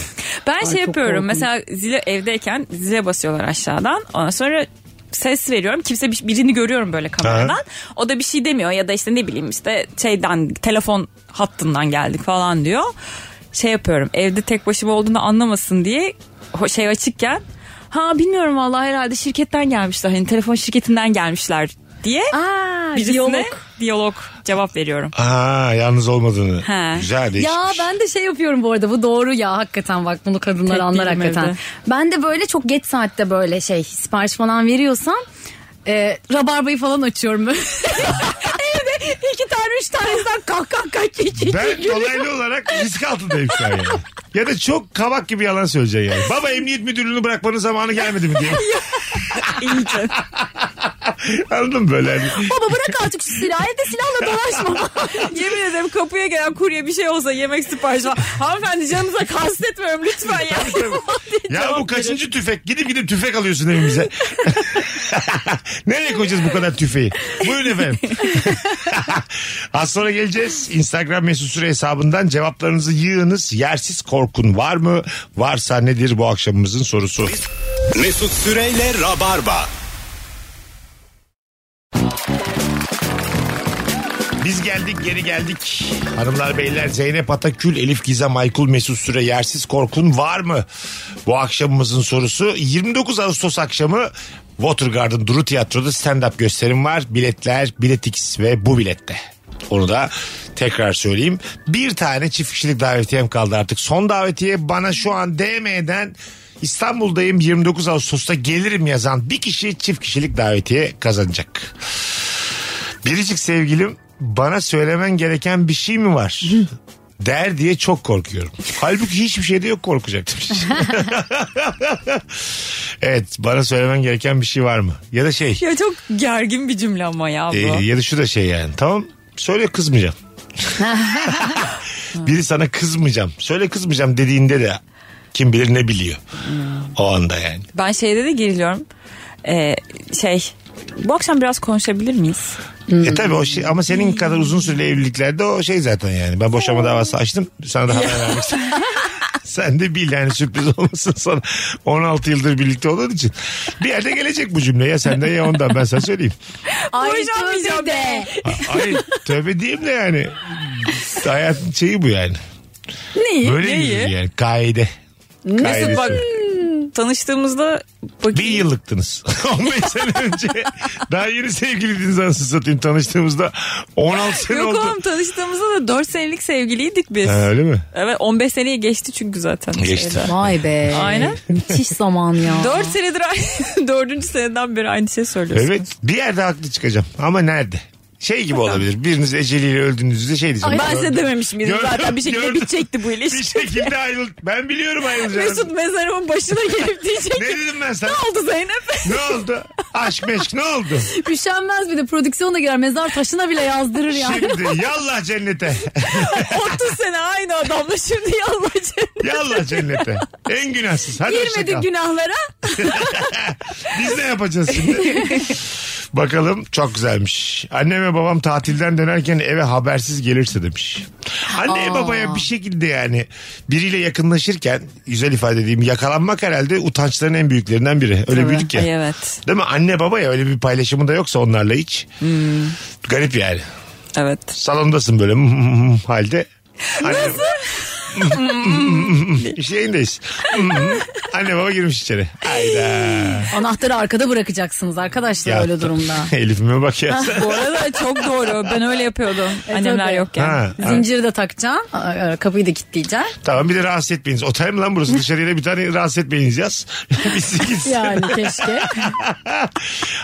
Speaker 3: Ben şey
Speaker 4: çok
Speaker 3: yapıyorum
Speaker 4: korkunç.
Speaker 3: mesela zile evdeyken zile basıyorlar aşağıdan. Ondan sonra ses veriyorum. Kimse bir- birini görüyorum böyle kameradan.
Speaker 2: Ha.
Speaker 3: O da bir şey demiyor ya da işte ne bileyim işte şeyden telefon hattından geldik falan diyor. Şey yapıyorum evde tek başıma olduğunu anlamasın diye ho- şey açıkken ha bilmiyorum vallahi herhalde şirketten gelmişler hani telefon şirketinden gelmişler diye
Speaker 4: Aa,
Speaker 3: birisine diyalog.
Speaker 4: diyalog.
Speaker 3: cevap veriyorum.
Speaker 2: Aa, yalnız olmadığını.
Speaker 3: He.
Speaker 2: Güzel değişmiş.
Speaker 4: Ya ben de şey yapıyorum bu arada bu doğru ya hakikaten bak bunu kadınlar
Speaker 3: Tek
Speaker 4: anlar
Speaker 3: değilim
Speaker 4: hakikaten.
Speaker 3: evde.
Speaker 4: Ben de böyle çok geç saatte böyle şey sipariş falan veriyorsam e, rabarbayı falan açıyorum. Evde iki tane üç tanesinden kalk kalk kalk iki, iki,
Speaker 2: Ben
Speaker 4: iki.
Speaker 2: dolaylı olarak risk altındayım şu an yani. Ya da çok kabak gibi yalan söyleyeceksin yani. Baba emniyet müdürlüğünü bırakmanın zamanı gelmedi mi diye.
Speaker 3: İyice.
Speaker 2: Anladın mı böyle? Hani
Speaker 4: Baba bırak artık şu silahı evde silahla dolaşma.
Speaker 3: Yemin ederim kapıya gelen kurye bir şey olsa yemek siparişi var. Hanımefendi canınıza kastetmiyorum lütfen ya.
Speaker 2: ya bu kaçıncı tüfek? Gidip gidip tüfek alıyorsun evimize. Nereye koyacağız bu kadar tüfeği? Buyurun efendim. Az sonra geleceğiz. Instagram mesut süre hesabından cevaplarınızı yığınız. Yersiz korkun var mı? Varsa nedir bu akşamımızın sorusu?
Speaker 1: Mesut Süreyle Rabarba.
Speaker 2: Biz geldik geri geldik. Hanımlar beyler Zeynep Atakül, Elif Gizem, Aykul Mesut Süre yersiz korkun var mı? Bu akşamımızın sorusu 29 Ağustos akşamı Watergarden Duru Tiyatro'da stand-up gösterim var. Biletler, biletix ve bu bilette. Onu da tekrar söyleyeyim. Bir tane çift kişilik davetiyem kaldı artık. Son davetiye bana şu an DM'den İstanbul'dayım 29 Ağustos'ta gelirim yazan bir kişi çift kişilik davetiye kazanacak. Biricik sevgilim bana söylemen gereken bir şey mi var? Der diye çok korkuyorum. Halbuki hiçbir şeyde yok korkacak demiş. evet bana söylemen gereken bir şey var mı? Ya da şey
Speaker 3: ya çok gergin bir cümle ama ya bu.
Speaker 2: e, ya da şu da şey yani tamam söyle kızmayacağım. Biri sana kızmayacağım söyle kızmayacağım dediğinde de kim bilir ne biliyor. O anda yani.
Speaker 3: Ben şeyde de geriliyorum. Ee, şey bu akşam biraz konuşabilir miyiz?
Speaker 2: E tabii o şey ama senin kadar uzun süreli evliliklerde o şey zaten yani. Ben boşanma davası açtım. Sana da haber vermek istedim. Sen de bil yani sürpriz olmasın sana. 16 yıldır birlikte olduğun için. Bir yerde gelecek bu cümle ya senden ya ondan ben sana söyleyeyim.
Speaker 4: Ay
Speaker 3: Boşanmayacağım
Speaker 4: tövbe de.
Speaker 2: Ay tövbe diyeyim de yani. Hayatın şeyi bu yani.
Speaker 3: Neyi?
Speaker 2: Böyle
Speaker 3: Neyi?
Speaker 2: gidiyor yani kaide. Kaidesi.
Speaker 3: Mesut bak tanıştığımızda bak
Speaker 2: Bir yıllıktınız. 15 sene önce daha yeni sevgiliydiniz anasını satayım tanıştığımızda. 16 sene
Speaker 3: Yok
Speaker 2: oldu.
Speaker 3: oğlum tanıştığımızda da 4 senelik sevgiliydik biz.
Speaker 2: Ha, öyle mi?
Speaker 3: Evet 15 seneyi geçti çünkü zaten.
Speaker 2: Geçti.
Speaker 4: Vay be.
Speaker 3: Aynen.
Speaker 4: Müthiş zaman ya.
Speaker 3: 4 senedir aynı, 4. seneden beri aynı şey söylüyorsun.
Speaker 2: Evet bir yerde haklı çıkacağım ama nerede? Şey gibi olabilir biriniz eceliyle öldüğünüzde şey diyeceğim.
Speaker 3: Ben size dememişim bizim
Speaker 2: Gördüm,
Speaker 3: zaten bir şekilde
Speaker 2: gördüm.
Speaker 3: bitecekti bu
Speaker 2: Bir şey
Speaker 3: ilişki.
Speaker 2: şekilde ayrıl. Ben biliyorum ayrılacağını.
Speaker 3: Mesut mezarımın başına gelip diyecek
Speaker 2: Ne
Speaker 3: ki
Speaker 2: dedim ben sana?
Speaker 3: ne oldu Zeynep?
Speaker 2: ne oldu? Aşk meşk ne oldu?
Speaker 4: Üşenmez bir de prodüksiyona girer mezar taşına bile yazdırır yani.
Speaker 2: Şimdi yallah cennete.
Speaker 3: 30 sene aynı adamla şimdi yalvacı.
Speaker 2: Yallah cennete. En günahsız. Hadi hoşça
Speaker 3: Girmedi
Speaker 2: kal.
Speaker 3: günahlara.
Speaker 2: Biz ne yapacağız şimdi? Bakalım çok güzelmiş. Annem ve babam tatilden dönerken eve habersiz gelirse demiş. Anne babaya bir şekilde yani biriyle yakınlaşırken güzel ifade edeyim yakalanmak herhalde utançların en büyüklerinden biri. Öyle büyüdük ya.
Speaker 3: Ay evet.
Speaker 2: Değil mi? Anne baba ya öyle bir paylaşımı da yoksa onlarla hiç. Garip yani.
Speaker 3: Evet.
Speaker 2: Salondasın böyle hmm, halde. Nasıl? Şeyindeyiz. Hmm, Anne baba girmiş içeri. Hayda.
Speaker 4: Anahtarı arkada bırakacaksınız arkadaşlar
Speaker 2: Ya.
Speaker 4: öyle durumda.
Speaker 2: Elif'ime bak ya.
Speaker 3: Bu arada çok doğru. Ben öyle yapıyordum. Annemler
Speaker 4: tabii.
Speaker 3: yokken.
Speaker 2: Ha, ha.
Speaker 4: Zinciri de takacaksın. a- a- Kapıyı da kilitleyeceksin.
Speaker 2: Tamam bir de rahatsız etmeyiniz. Otel mi lan burası? Dışarıyla bir tane rahatsız etmeyiniz yaz. Biz gitsin.
Speaker 4: Yani keşke.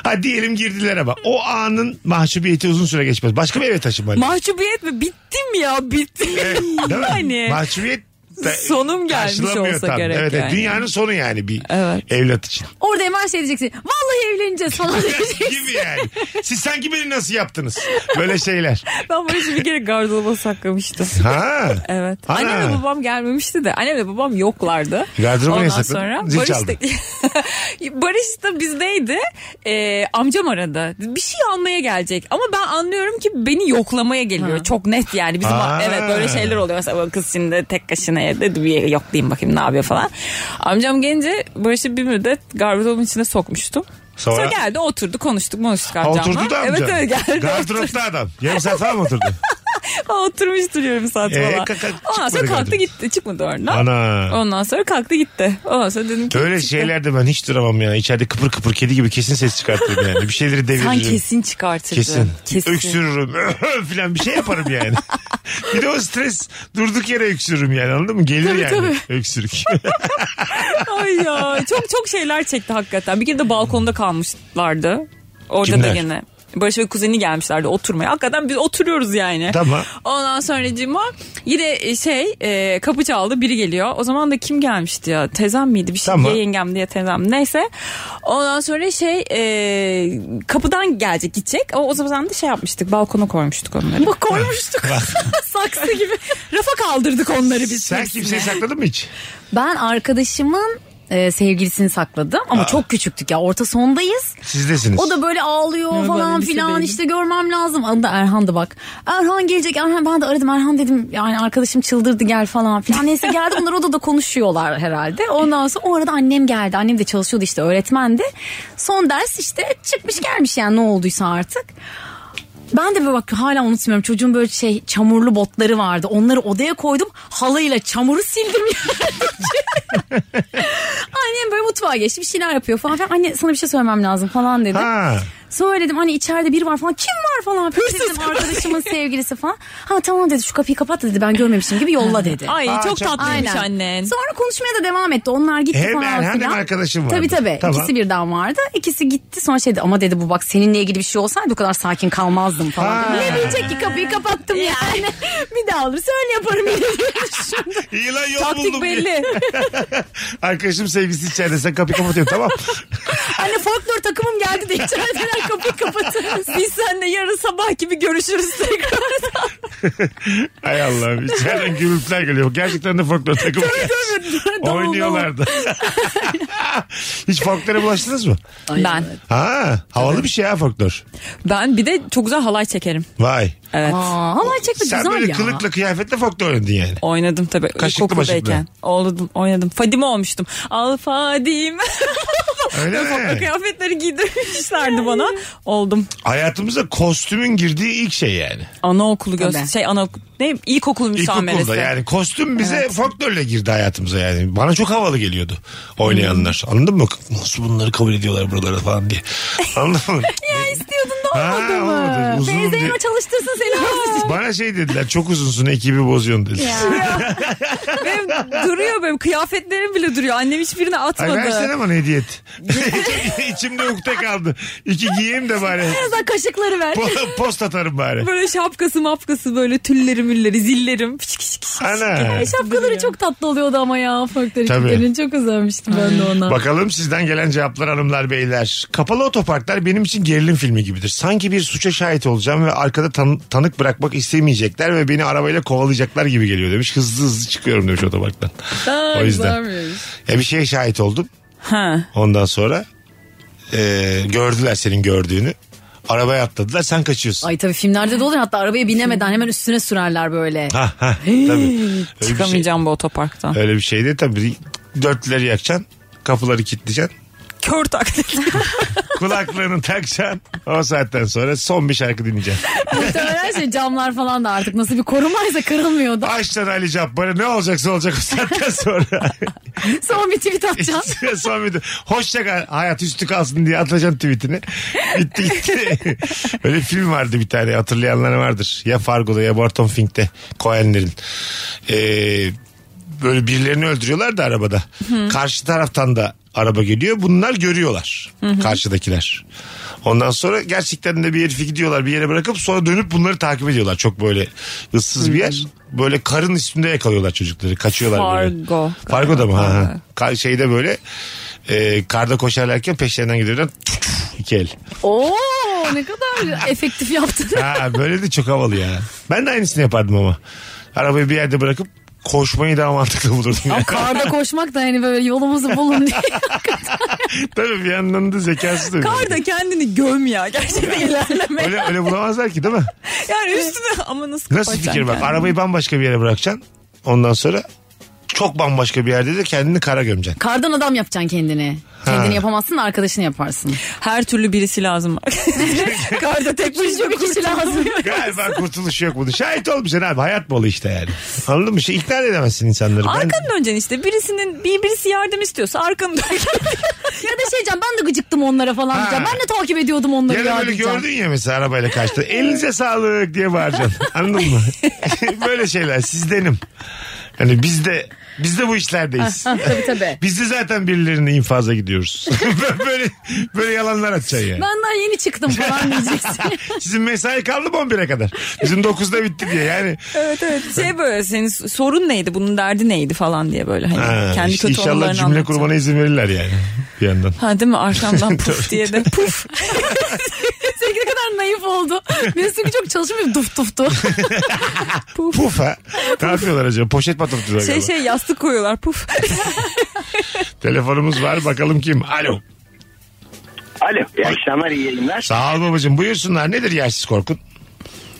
Speaker 2: ha diyelim girdiler ama. O anın mahcubiyeti uzun süre geçmez. Başka bir eve taşınmalı.
Speaker 3: Mahcubiyet mi? Bittim ya bittim.
Speaker 2: Evet, değil mi?
Speaker 3: yani.
Speaker 2: Mahcubiyet de-
Speaker 3: Sonum gelmiş
Speaker 2: karşılamıyor
Speaker 3: olsa
Speaker 2: tam.
Speaker 3: gerek
Speaker 2: Evet, evet.
Speaker 3: yani.
Speaker 2: Dünyanın sonu yani bir
Speaker 3: Evet.
Speaker 2: evlat için.
Speaker 4: Orada hemen şey diyeceksin. Vallahi evleneceğiz falan diyeceksin.
Speaker 2: gibi yani. Siz sanki beni nasıl yaptınız? Böyle şeyler.
Speaker 3: Ben Barış'ı bir kere gardıroba saklamıştım.
Speaker 2: Ha.
Speaker 3: Evet.
Speaker 2: Ana.
Speaker 3: Annem ve babam gelmemişti de. Annem ve babam yoklardı.
Speaker 2: Gardıroba niye
Speaker 3: Ondan
Speaker 2: sakladın?
Speaker 3: sonra
Speaker 2: Zil
Speaker 3: Barış
Speaker 2: çaldı.
Speaker 3: da, Barış da bizdeydi. Ee, amcam aradı. Bir şey almaya gelecek. Ama ben anlıyorum ki beni yoklamaya geliyor. Çok net yani. Bizim
Speaker 2: Ha.
Speaker 3: evet böyle şeyler oluyor. Mesela bu kız şimdi tek kaşına dedi bir yoklayayım bakayım ne yapıyor falan. Amcam gelince Barış'ı bir müddet gardırobun içine sokmuştum.
Speaker 2: Sonra-
Speaker 3: Sonra, geldi oturdu konuştuk konuştuk
Speaker 2: Ha,
Speaker 3: amcamla.
Speaker 2: oturdu da amca.
Speaker 3: Evet evet geldi.
Speaker 2: Gardıropta adam. Yarım saat falan mı oturdu?
Speaker 3: Oturmuş duruyorum saat
Speaker 2: Ee,
Speaker 3: falan.
Speaker 2: kalk- kalk-
Speaker 3: Ondan
Speaker 2: çıkmadı
Speaker 3: sonra kalktı
Speaker 2: kadın.
Speaker 3: gitti. Çıkmadı oradan.
Speaker 2: Ana.
Speaker 3: Ondan sonra kalktı gitti. Ondan sonra dedim ki.
Speaker 2: Öyle
Speaker 3: çıktı.
Speaker 2: şeylerde ben hiç duramam ya. İçeride kıpır kıpır kedi gibi kesin ses çıkartırım yani. Bir şeyleri deviririm.
Speaker 3: Sen kesin çıkartırdın.
Speaker 2: Kesin.
Speaker 3: Kesin.
Speaker 2: Öksürürüm filan bir şey yaparım yani. bir de o stres durduk yere öksürürüm yani anladın mı? Gelir
Speaker 3: Tabii,
Speaker 2: yani öksürük.
Speaker 3: Ay ya çok çok şeyler çekti hakikaten. Bir kere de balkonda kalmışlardı. Orada
Speaker 2: Kimler?
Speaker 3: da gene. Barış ve kuzeni gelmişlerdi oturmaya. Hakikaten biz oturuyoruz yani.
Speaker 2: Tamam.
Speaker 3: Ondan sonra Cima yine şey e, kapı çaldı biri geliyor. O zaman da kim gelmişti ya? Teyzem miydi? Bir şey
Speaker 2: Tamam.
Speaker 3: ya yengem diye teyzem. Neyse. Ondan sonra şey e, kapıdan gelecek gidecek. Ama o zaman da şey yapmıştık. Balkona koymuştuk onları.
Speaker 4: Bak koymuştuk saksı gibi.
Speaker 3: Rafa kaldırdık onları biz.
Speaker 2: Sen
Speaker 3: hepsini.
Speaker 2: kimseyi sakladın mı hiç?
Speaker 4: Ben arkadaşımın e, sevgilisini sakladım ama çok küçüktük ya orta sondayız.
Speaker 2: Sizdesiniz.
Speaker 4: O da böyle ağlıyor
Speaker 3: Merhaba,
Speaker 4: falan
Speaker 3: lise
Speaker 4: filan
Speaker 3: benim.
Speaker 4: işte görmem lazım. Adı da Erhan'dı bak. Erhan gelecek Erhan ben de aradım Erhan dedim yani arkadaşım çıldırdı gel falan filan. Neyse geldi onlar odada konuşuyorlar herhalde. Ondan sonra o arada annem geldi. Annem de çalışıyordu işte öğretmendi. Son ders işte çıkmış gelmiş yani ne olduysa artık. Ben de böyle bak hala unutmuyorum çocuğun böyle şey çamurlu botları vardı onları odaya koydum halıyla çamuru sildim yani. Annem böyle mutfağa geçti bir şeyler yapıyor falan filan anne sana bir şey söylemem lazım falan dedi.
Speaker 2: Ha.
Speaker 4: Söyledim hani içeride biri var falan. Kim var falan. Dedim arkadaşımın sevgilisi falan. Ha tamam dedi şu kapıyı kapat dedi ben görmemişim gibi yolla dedi.
Speaker 3: Ay
Speaker 2: Aa,
Speaker 3: çok
Speaker 2: çok-
Speaker 3: tatlıymış annen.
Speaker 4: Sonra konuşmaya da devam etti. Onlar gitti
Speaker 2: Hem
Speaker 4: falan
Speaker 2: Erhan hem
Speaker 4: filan.
Speaker 2: arkadaşım vardı.
Speaker 4: Tabii tabii.
Speaker 2: Tamam.
Speaker 4: İkisi birden vardı. İkisi gitti. Sonra şey dedi ama dedi bu bak seninle ilgili bir şey olsaydı bu kadar sakin kalmazdım falan.
Speaker 2: Ha.
Speaker 4: dedi. Ne bilecek ki kapıyı kapattım yani. bir daha olursa öyle yaparım yine diye düşündüm.
Speaker 2: İyi lan yol buldum.
Speaker 3: Taktik belli.
Speaker 2: Arkadaşım sevgisi içeride sen kapıyı kapatıyorum tamam.
Speaker 4: Hani folklor takımım geldi de içeriden kapıyı kapatırız.
Speaker 3: Biz seninle yarın sabah gibi görüşürüz tekrar.
Speaker 2: Hay Allah'ım içeriden gümrükler geliyor. Gerçekten de folklor takımı. Oynuyorlardı. Hiç folklora bulaştınız mı?
Speaker 3: ben
Speaker 2: Ha, havalı bir şey ha folklor.
Speaker 3: ben bir de çok güzel halay çekerim.
Speaker 2: Vay.
Speaker 3: Evet.
Speaker 4: Aa, halay çekme
Speaker 2: Sen
Speaker 4: güzel
Speaker 2: böyle
Speaker 4: ya.
Speaker 2: kılıkla kıyafetle folklor oynadın yani.
Speaker 3: Oynadım tabii.
Speaker 2: Kaşıklı
Speaker 3: İlkokuldayken. Oynadım, oynadım. Fadime olmuştum. Al Fadime.
Speaker 2: Öyle
Speaker 3: Topla
Speaker 2: mi?
Speaker 3: kıyafetleri giydirmişlerdi bana. Oldum.
Speaker 2: Hayatımıza kostümün girdiği ilk şey yani.
Speaker 3: Anaokulu göster.
Speaker 4: Tabii.
Speaker 3: Şey ana ne ilkokul müsameresi.
Speaker 2: İlkokulda yani kostüm bize folklorla girdi hayatımıza yani. Bana çok havalı geliyordu oynayanlar.
Speaker 4: Hmm.
Speaker 2: Anladın mı? Nasıl bunları kabul ediyorlar buralara falan diye. Anladın mı?
Speaker 4: Ya istiyordun da
Speaker 2: Ha,
Speaker 4: olmadı
Speaker 2: olmadı.
Speaker 4: mı?
Speaker 2: Uzun
Speaker 4: Benzerim
Speaker 2: diye-
Speaker 4: çalıştırsın seni. hafif.
Speaker 2: Bana şey dediler çok uzunsun ekibi bozuyorsun dediler.
Speaker 3: Benim duruyor benim kıyafetlerim bile duruyor. Annem hiçbirini
Speaker 2: Ay
Speaker 3: atmadı.
Speaker 2: versene bana hediye et. İçimde ukde kaldı. İki giyeyim de bari.
Speaker 4: Sen kaşıkları ver.
Speaker 2: Po- Post atarım bari.
Speaker 3: Böyle şapkası mapkası böyle tülleri mülleri zillerim. Fış kış kış.
Speaker 2: Ana.
Speaker 4: E, şapkaları çok tatlı oluyordu ama ya folklor ekiplerinin çok özenmiştim ben de ona.
Speaker 2: Bakalım sizden gelen cevaplar hanımlar beyler. Kapalı otoparklar benim için gerilim filmi gibidir. Sanki bir suça şahit olacağım ve arkada tan- tanık bırakmak istemeyecekler ve beni arabayla kovalayacaklar gibi geliyor demiş. Hızlı hızlı çıkıyorum demiş otoparktan. o yüzden. Ya bir şeye şahit oldum.
Speaker 3: Ha.
Speaker 2: Ondan sonra e, gördüler senin gördüğünü. Arabaya atladılar sen kaçıyorsun.
Speaker 4: Ay tabii filmlerde de olur hatta arabaya binemeden hemen üstüne sürerler böyle.
Speaker 2: Ha ha tabii. Öyle bir şey-
Speaker 3: Çıkamayacağım bu otoparktan.
Speaker 2: Öyle bir şey değil tabii. Dörtleri yakacaksın. Kapıları kilitleyeceksin.
Speaker 3: Kör taklit.
Speaker 2: Kulaklığını takacaksın. O saatten sonra son bir şarkı dinleyeceksin.
Speaker 4: Muhtemelen şey camlar falan da artık nasıl bir korumaysa kırılmıyordu.
Speaker 2: Açtan Ali Cabbar'a ne olacaksa olacak o saatten sonra.
Speaker 4: Son bir tweet atacağım.
Speaker 2: son bir de hoşça kal hayat üstü kalsın diye atacaksın tweetini. Bitti gitti. Öyle film vardı bir tane hatırlayanlar vardır. Ya Fargo'da ya Barton Fink'te Coen'lerin. Ee, böyle birilerini öldürüyorlar da arabada. Karşı taraftan da araba geliyor. Bunlar görüyorlar. Karşıdakiler. Ondan sonra gerçekten de bir herifi gidiyorlar bir yere bırakıp sonra dönüp bunları takip ediyorlar. Çok böyle ıssız bir yer. Böyle karın üstünde yakalıyorlar çocukları. Kaçıyorlar böyle.
Speaker 3: Fargo.
Speaker 2: Fargo da mı? Ha, ha. Ka- şeyde böyle e, karda koşarlarken peşlerinden gidiyorlar. İki el.
Speaker 4: Oo ne kadar efektif yaptın.
Speaker 2: Ha, böyle de çok havalı ya. Ben de aynısını yapardım ama. Arabayı bir yerde bırakıp koşmayı daha mantıklı bulurdum. yani.
Speaker 4: Karda koşmak da hani böyle yolumuzu bulun diye.
Speaker 2: Tabii bir yandan da zekası da.
Speaker 3: Kar da kendini göm ya. Gerçekten ilerleme.
Speaker 2: Öyle, öyle bulamazlar ki değil mi?
Speaker 3: Yani üstüne ama nasıl
Speaker 2: Nasıl
Speaker 3: kapatacaksın
Speaker 2: fikir bak
Speaker 3: kendini?
Speaker 2: arabayı bambaşka bir yere bırakacaksın. Ondan sonra çok bambaşka bir yerde de kendini kara gömeceksin.
Speaker 4: Kardan adam yapacaksın kendini. Kendini yapamazsın arkadaşını yaparsın.
Speaker 3: Her türlü birisi lazım. Karda tek başına bir kişi lazım.
Speaker 2: Galiba kurtuluş yok bunun. Şahit olmayacaksın abi. Hayat malı işte yani. Anladın mı? Şey, ikna edemezsin insanları. Ben,
Speaker 3: Arkanı döneceksin işte. Birisinin bir birisi yardım istiyorsa arkanı döneceksin.
Speaker 4: Ya da şey diyeceğim ben de gıcıktım onlara falan
Speaker 2: Ha.
Speaker 4: diyeceğim. Ben de takip ediyordum onları
Speaker 2: ya da
Speaker 4: ya
Speaker 2: böyle
Speaker 4: diyeceğim.
Speaker 2: gördün ya mesela arabayla kaçtı. Elinize sağlık diye bağıracaksın. Anladın mı? böyle şeyler sizdenim. Hani biz de biz de bu işlerdeyiz.
Speaker 4: Tabii tabii.
Speaker 2: Biz de zaten birilerini infaza gidiyoruz. böyle böyle yalanlar atacaksın yani.
Speaker 4: Ben daha yeni çıktım falan diyeceksin.
Speaker 2: Sizin mesai kaldı mı 11'e kadar? Bizim 9'da bitti diye yani.
Speaker 3: evet evet. Şey böyle senin sorun neydi bunun derdi neydi falan diye böyle hani
Speaker 2: Ha,
Speaker 3: kendi
Speaker 2: işte
Speaker 3: kötü
Speaker 2: inşallah
Speaker 3: anılarını
Speaker 2: cümle
Speaker 3: anlatacaksın.
Speaker 2: kurmana izin verirler yani bir yandan.
Speaker 3: Ha değil mi arkamdan puf diye de puf.
Speaker 4: Sevgili kadar naif oldu. Mesut'un çok çalışmıyor duf tuftu.
Speaker 2: Puf ha. ne yapıyorlar acaba? Poşet patlatıyorlar
Speaker 3: Şey
Speaker 2: galiba.
Speaker 3: şey yastık koyuyorlar puf.
Speaker 2: Telefonumuz var bakalım kim? Alo.
Speaker 7: Alo, iyi akşamlar, iyi yayınlar.
Speaker 2: Sağ ol babacığım. Buyursunlar nedir yersiz korkun?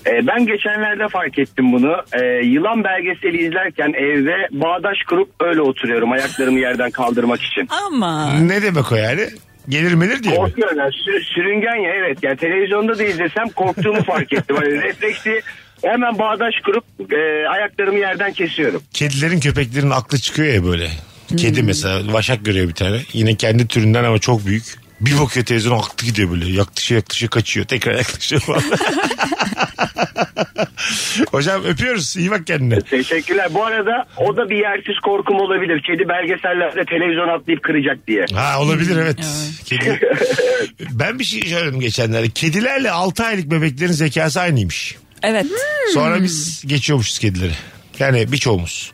Speaker 7: Ee, ben geçenlerde fark ettim bunu. Ee, yılan belgeseli izlerken evde bağdaş kurup öyle oturuyorum ayaklarımı yerden kaldırmak için.
Speaker 3: Ama
Speaker 2: Ne demek o yani? Gelir melir diye mi?
Speaker 7: Korkuyorum yani sü- sürüngen ya evet. Yani televizyonda da izlesem korktuğumu fark ettim. Hani refleksi hemen bağdaş kurup e, ayaklarımı yerden kesiyorum.
Speaker 2: Kedilerin köpeklerin aklı çıkıyor ya böyle. Kedi mesela vaşak görüyor bir tane. Yine kendi türünden ama çok büyük. Bir bakıyor televizyona aklı gidiyor böyle. Yaklaşıyor yaklaşıyor kaçıyor. Tekrar yaklaşıyor falan. Hocam öpüyoruz. İyi bak kendine.
Speaker 7: Teşekkürler. Bu arada o da bir yersiz korkum olabilir. Kedi belgesellerde televizyon atlayıp kıracak diye.
Speaker 2: Ha olabilir evet. Kedi. ben bir şey söyledim geçenlerde. Kedilerle 6 aylık bebeklerin zekası aynıymış.
Speaker 3: evet. Hmm.
Speaker 2: Sonra biz geçiyormuşuz kedileri. Yani birçoğumuz.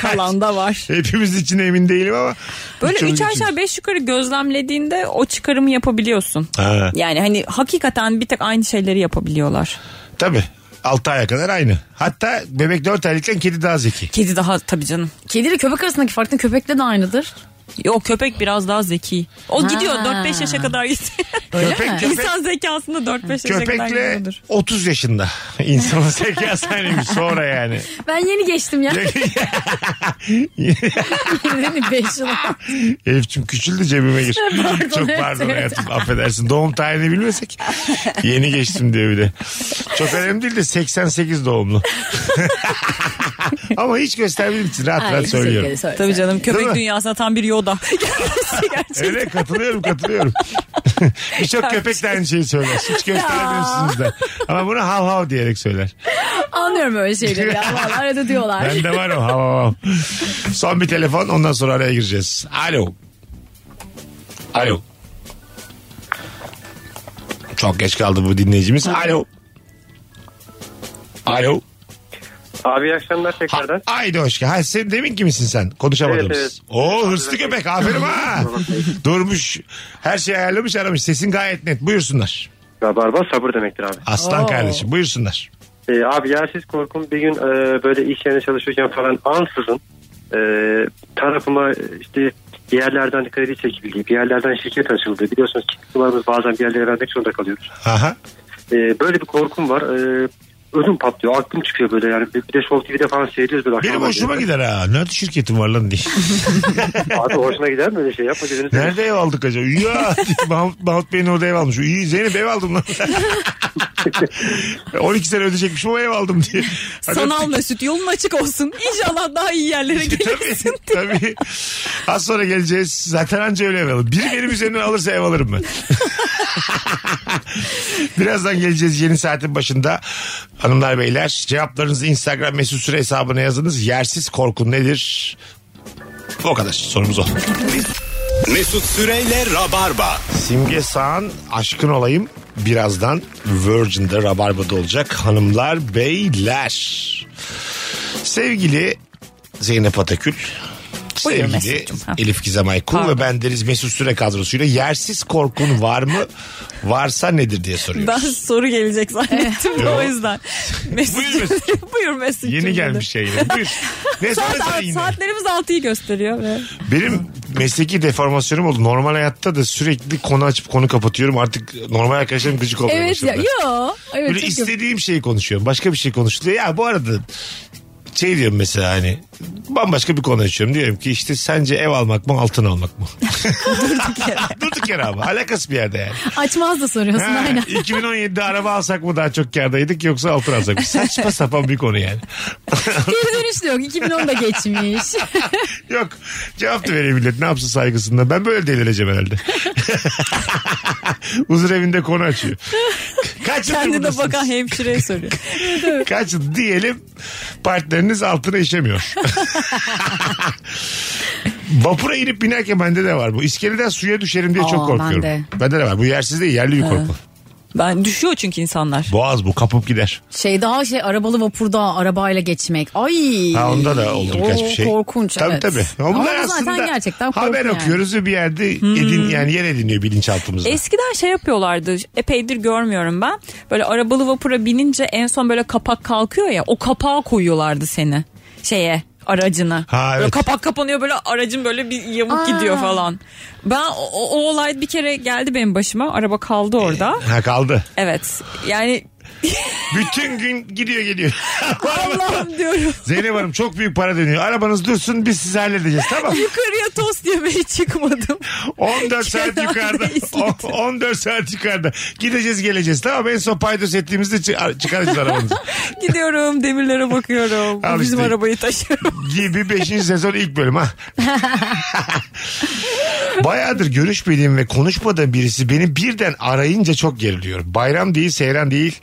Speaker 3: Kalanda var.
Speaker 2: Hepimiz için emin değilim ama.
Speaker 3: Böyle
Speaker 2: birçoğumuz
Speaker 3: üç aşağı
Speaker 2: geçiyoruz.
Speaker 3: beş yukarı gözlemlediğinde o çıkarımı yapabiliyorsun.
Speaker 2: Ha,
Speaker 3: Yani hani hakikaten bir tek aynı şeyleri yapabiliyorlar.
Speaker 2: tabii. 6 aya kadar aynı. Hatta bebek 4 aylıkken kedi daha zeki.
Speaker 3: Kedi daha tabii canım.
Speaker 4: Kedi ile köpek arasındaki farkın köpekle de aynıdır.
Speaker 3: Yok köpek biraz daha zeki. O
Speaker 4: Ha.
Speaker 3: gidiyor 4-5 yaşa kadar gitti.
Speaker 2: köpek,
Speaker 4: mi?
Speaker 2: köpek,
Speaker 3: İnsan zekasında 4-5 yaşa kadar
Speaker 2: köpekle
Speaker 3: gidiyordur.
Speaker 2: 30 yaşında. İnsanın zekası aynıymış sonra yani.
Speaker 4: Ben yeni geçtim ya. Yeni 5 yıl.
Speaker 2: Elif'cim küçüldü cebime gir.
Speaker 4: Pardon,
Speaker 2: Çok
Speaker 4: evet,
Speaker 2: pardon
Speaker 4: evet.
Speaker 2: hayatım affedersin. Doğum tarihini bilmesek yeni geçtim diyor bir de. Çok önemli değil de 88 doğumlu. Ama hiç göstermediğim için rahat
Speaker 4: şey
Speaker 2: rahat söylüyorum.
Speaker 3: Tabii canım
Speaker 2: Değil
Speaker 3: köpek
Speaker 2: mi?
Speaker 3: dünyasına tam bir yoda.
Speaker 2: Öyle katılıyorum katılıyorum. Birçok köpek de aynı şeyi söyler. Hiç göstermiyorsunuz da. Ama bunu hav hav diyerek söyler.
Speaker 4: Anlıyorum öyle şeyleri ya. Vallahi arada diyorlar.
Speaker 2: Ben de var o hav hav hav. Son bir telefon ondan sonra araya gireceğiz. Alo. Alo. Çok geç kaldı bu dinleyicimiz. Alo. Alo.
Speaker 6: Abi iyi akşamlar
Speaker 2: Ha, haydi hoş geldin. Ha, sen demin kimisin sen? Konuşamadığımız.
Speaker 6: Evet, evet.
Speaker 2: Oo hırslı köpek aferin ha. Durmuş. Her şeyi ayarlamış aramış. Sesin gayet net. Buyursunlar.
Speaker 6: Rabarba sabır demektir abi.
Speaker 2: Aslan
Speaker 4: Oo.
Speaker 2: kardeşim buyursunlar.
Speaker 6: Ee, abi yersiz korkum bir gün e, böyle iş yerinde çalışırken falan ansızın e, tarafıma e, işte bir yerlerden kredi çekildi, bir yerlerden şirket açıldı. Biliyorsunuz ki kısımlarımız bazen bir yerlere vermek zorunda kalıyoruz.
Speaker 2: Aha.
Speaker 6: E, böyle bir korkum var. E, ödüm patlıyor, aklım çıkıyor böyle yani. Bir, bir de Show TV'de falan seyrediyoruz böyle.
Speaker 2: Benim
Speaker 6: akşamlar
Speaker 2: hoşuma
Speaker 6: böyle.
Speaker 2: gider ha. Nerede şirketim var lan diye.
Speaker 6: Abi hoşuna gider mi öyle şey? Yapma gözünü seveyim.
Speaker 2: Nerede ev aldık acaba? Ya diye Mahmut, Mahmut Bey'in orada ev almış. İyi Zeynep ev aldım lan. 12 sene ödeyecekmişim o ev aldım diye. Hadi
Speaker 3: Sanal Mesut yolun açık olsun. İnşallah daha iyi yerlere
Speaker 2: tabii,
Speaker 3: gelirsin.
Speaker 2: tabii. Az sonra geleceğiz. Zaten anca öyle ev alır. Biri benim üzerimden alırsa ev alırım ben. Birazdan geleceğiz yeni saatin başında. Hanımlar beyler cevaplarınızı Instagram mesut süre hesabına yazınız. Yersiz korku nedir? O kadar sorumuz o.
Speaker 1: Mesut Süreyle Rabarba.
Speaker 2: Simge Sağan aşkın olayım birazdan Virgin'de Rabarba'da olacak hanımlar beyler. Sevgili Zeynep Atakül.
Speaker 3: Buyurun
Speaker 2: Sevgili
Speaker 3: Mesut'cum. Ha.
Speaker 2: Elif Gizem Aykul
Speaker 3: Pardon.
Speaker 2: ve ben Deniz Mesut Süre kadrosuyla yersiz korkun var mı? Varsa nedir diye
Speaker 3: Ben
Speaker 2: soruyoruz.
Speaker 3: soru gelecek zannettim de
Speaker 2: Yo.
Speaker 3: o yüzden. Mesut.
Speaker 2: Buyur Mesut.
Speaker 3: Buyur Mesut.
Speaker 2: Yeni gelmiş yayına. Buyur. Ne
Speaker 3: Saat,
Speaker 2: sorarsan
Speaker 3: saat-
Speaker 2: yine.
Speaker 3: saatlerimiz 6'yı gösteriyor. Ve...
Speaker 2: Benim mesleki deformasyonum oldu. Normal hayatta da sürekli konu açıp konu kapatıyorum. Artık normal arkadaşlarım gıcık olmaya
Speaker 4: Evet
Speaker 2: başladı.
Speaker 4: ya. Yo. Evet
Speaker 2: Böyle
Speaker 4: çok
Speaker 2: istediğim şeyi konuşuyorum. Başka bir şey konuşuluyor. Ya bu arada şey diyorum mesela hani bambaşka bir konu açıyorum. Diyorum ki işte sence ev almak mı altın almak mı?
Speaker 3: Durduk yere.
Speaker 2: Durduk yere ama alakası bir yerde yani.
Speaker 4: Açmaz da soruyorsun
Speaker 2: Ha,
Speaker 4: aynen.
Speaker 2: 2017'de araba alsak mı daha çok kardaydık yoksa altın alsak mı? Saçma sapan bir konu yani.
Speaker 4: Geri dönüş de yok. 2010'da geçmiş.
Speaker 2: Yok cevap da vereyim millet ne yapsın saygısında. Ben böyle delireceğim herhalde. Huzur evinde konu açıyor. Kaç yıldır
Speaker 3: Kendi de
Speaker 2: buradasınız?
Speaker 3: bakan hemşireye soruyor.
Speaker 2: Kaç yıl? diyelim partneriniz altına işemiyor. Vapura inip binerken bende de var bu. İskeleden suya düşerim diye çok
Speaker 4: Aa,
Speaker 2: korkuyorum.
Speaker 4: bende.
Speaker 2: Bende de var. Bu yersiz değil yerli bir korku.
Speaker 3: Ben düşüyor çünkü insanlar.
Speaker 2: Boğaz bu kapıp gider.
Speaker 4: Şey daha şey arabalı vapurda arabayla geçmek. Ay.
Speaker 2: Ha onda da oldu birkaç
Speaker 4: o
Speaker 2: bir şey.
Speaker 4: Korkunç
Speaker 2: tabii,
Speaker 4: evet.
Speaker 2: Tabii
Speaker 4: Ama
Speaker 2: Onlar
Speaker 4: bu
Speaker 2: aslında
Speaker 4: zaten gerçekten korku
Speaker 2: haber
Speaker 4: yani. Hmm.
Speaker 2: okuyoruz ve bir yerde edin, yani yer ediniyor bilinçaltımızda.
Speaker 3: Eskiden şey yapıyorlardı. Epeydir görmüyorum ben. Böyle arabalı vapura binince en son böyle kapak kalkıyor ya. O kapağa koyuyorlardı seni. Şeye aracına.
Speaker 2: Ha,
Speaker 3: Böyle
Speaker 2: evet.
Speaker 3: kapak kapanıyor böyle aracın böyle bir yamuk
Speaker 4: Aa.
Speaker 3: gidiyor falan. Ben o, o- o olay bir kere geldi benim başıma. Araba kaldı orada.
Speaker 2: Ha kaldı.
Speaker 3: Evet. Yani
Speaker 2: Bütün gün gidiyor geliyor.
Speaker 3: Allah'ım diyorum.
Speaker 2: Zeynep Hanım çok büyük para dönüyor. Arabanız dursun biz sizi halledeceğiz tamam
Speaker 3: Yukarıya tost yemeye çıkmadım.
Speaker 2: 14 saat
Speaker 3: Kenarda
Speaker 2: yukarıda.
Speaker 3: izledim.
Speaker 2: O- 14 saat yukarıda. Gideceğiz geleceğiz tamam En son paydos ettiğimizde çı- çıkaracağız arabanızı.
Speaker 3: Gidiyorum demirlere bakıyorum. Bu
Speaker 2: Al
Speaker 3: Bizim
Speaker 2: işte.
Speaker 3: arabayı taşıyorum.
Speaker 2: gibi 5. sezon ilk bölüm ha. Bayağıdır görüşmediğim ve konuşmadığım birisi beni birden arayınca çok geriliyorum. Bayram değil, seyran değil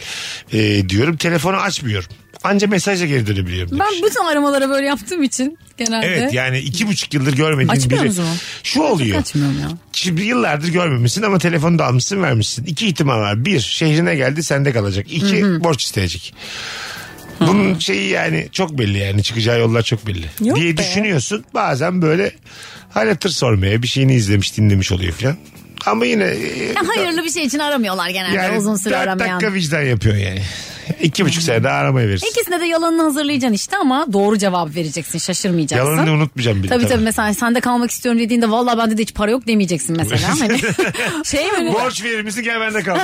Speaker 2: e, diyorum. Telefonu açmıyorum. Anca mesajla geri dönebiliyorum. demiş.
Speaker 4: Ben bütün aramalara böyle yaptığım için genelde.
Speaker 2: Evet yani iki buçuk yıldır görmediğim
Speaker 4: Açmıyor
Speaker 2: biri.
Speaker 4: musun?
Speaker 2: Şu oluyor.
Speaker 4: Kaçmıyorum ya.
Speaker 2: Şimdi yıllardır görmemişsin ama telefonu da almışsın vermişsin. İki ihtimal var. Bir şehrine geldi sende kalacak. İki borç isteyecek. Bunun şeyi yani çok belli yani çıkacağı yollar çok belli.
Speaker 3: Yok
Speaker 2: diye
Speaker 3: be.
Speaker 2: düşünüyorsun bazen böyle hala tır sormaya bir şeyini izlemiş dinlemiş oluyor falan. Ama yine e,
Speaker 4: Ya Hayırlı bir şey için aramıyorlar genelde uzun süre
Speaker 2: dört
Speaker 4: aramayan.
Speaker 2: dakika vicdan yapıyor yani. İki buçuk sene daha aramaya verirsin.
Speaker 4: İkisine de yalanını hazırlayacaksın işte ama doğru cevap vereceksin şaşırmayacaksın.
Speaker 2: Yalanını unutmayacağım bile.
Speaker 4: Tabii tabii mesela sende kalmak istiyorum dediğinde valla bende de hiç para yok demeyeceksin mesela. Hani şey mi?
Speaker 2: Borç verir misin gel bende kal.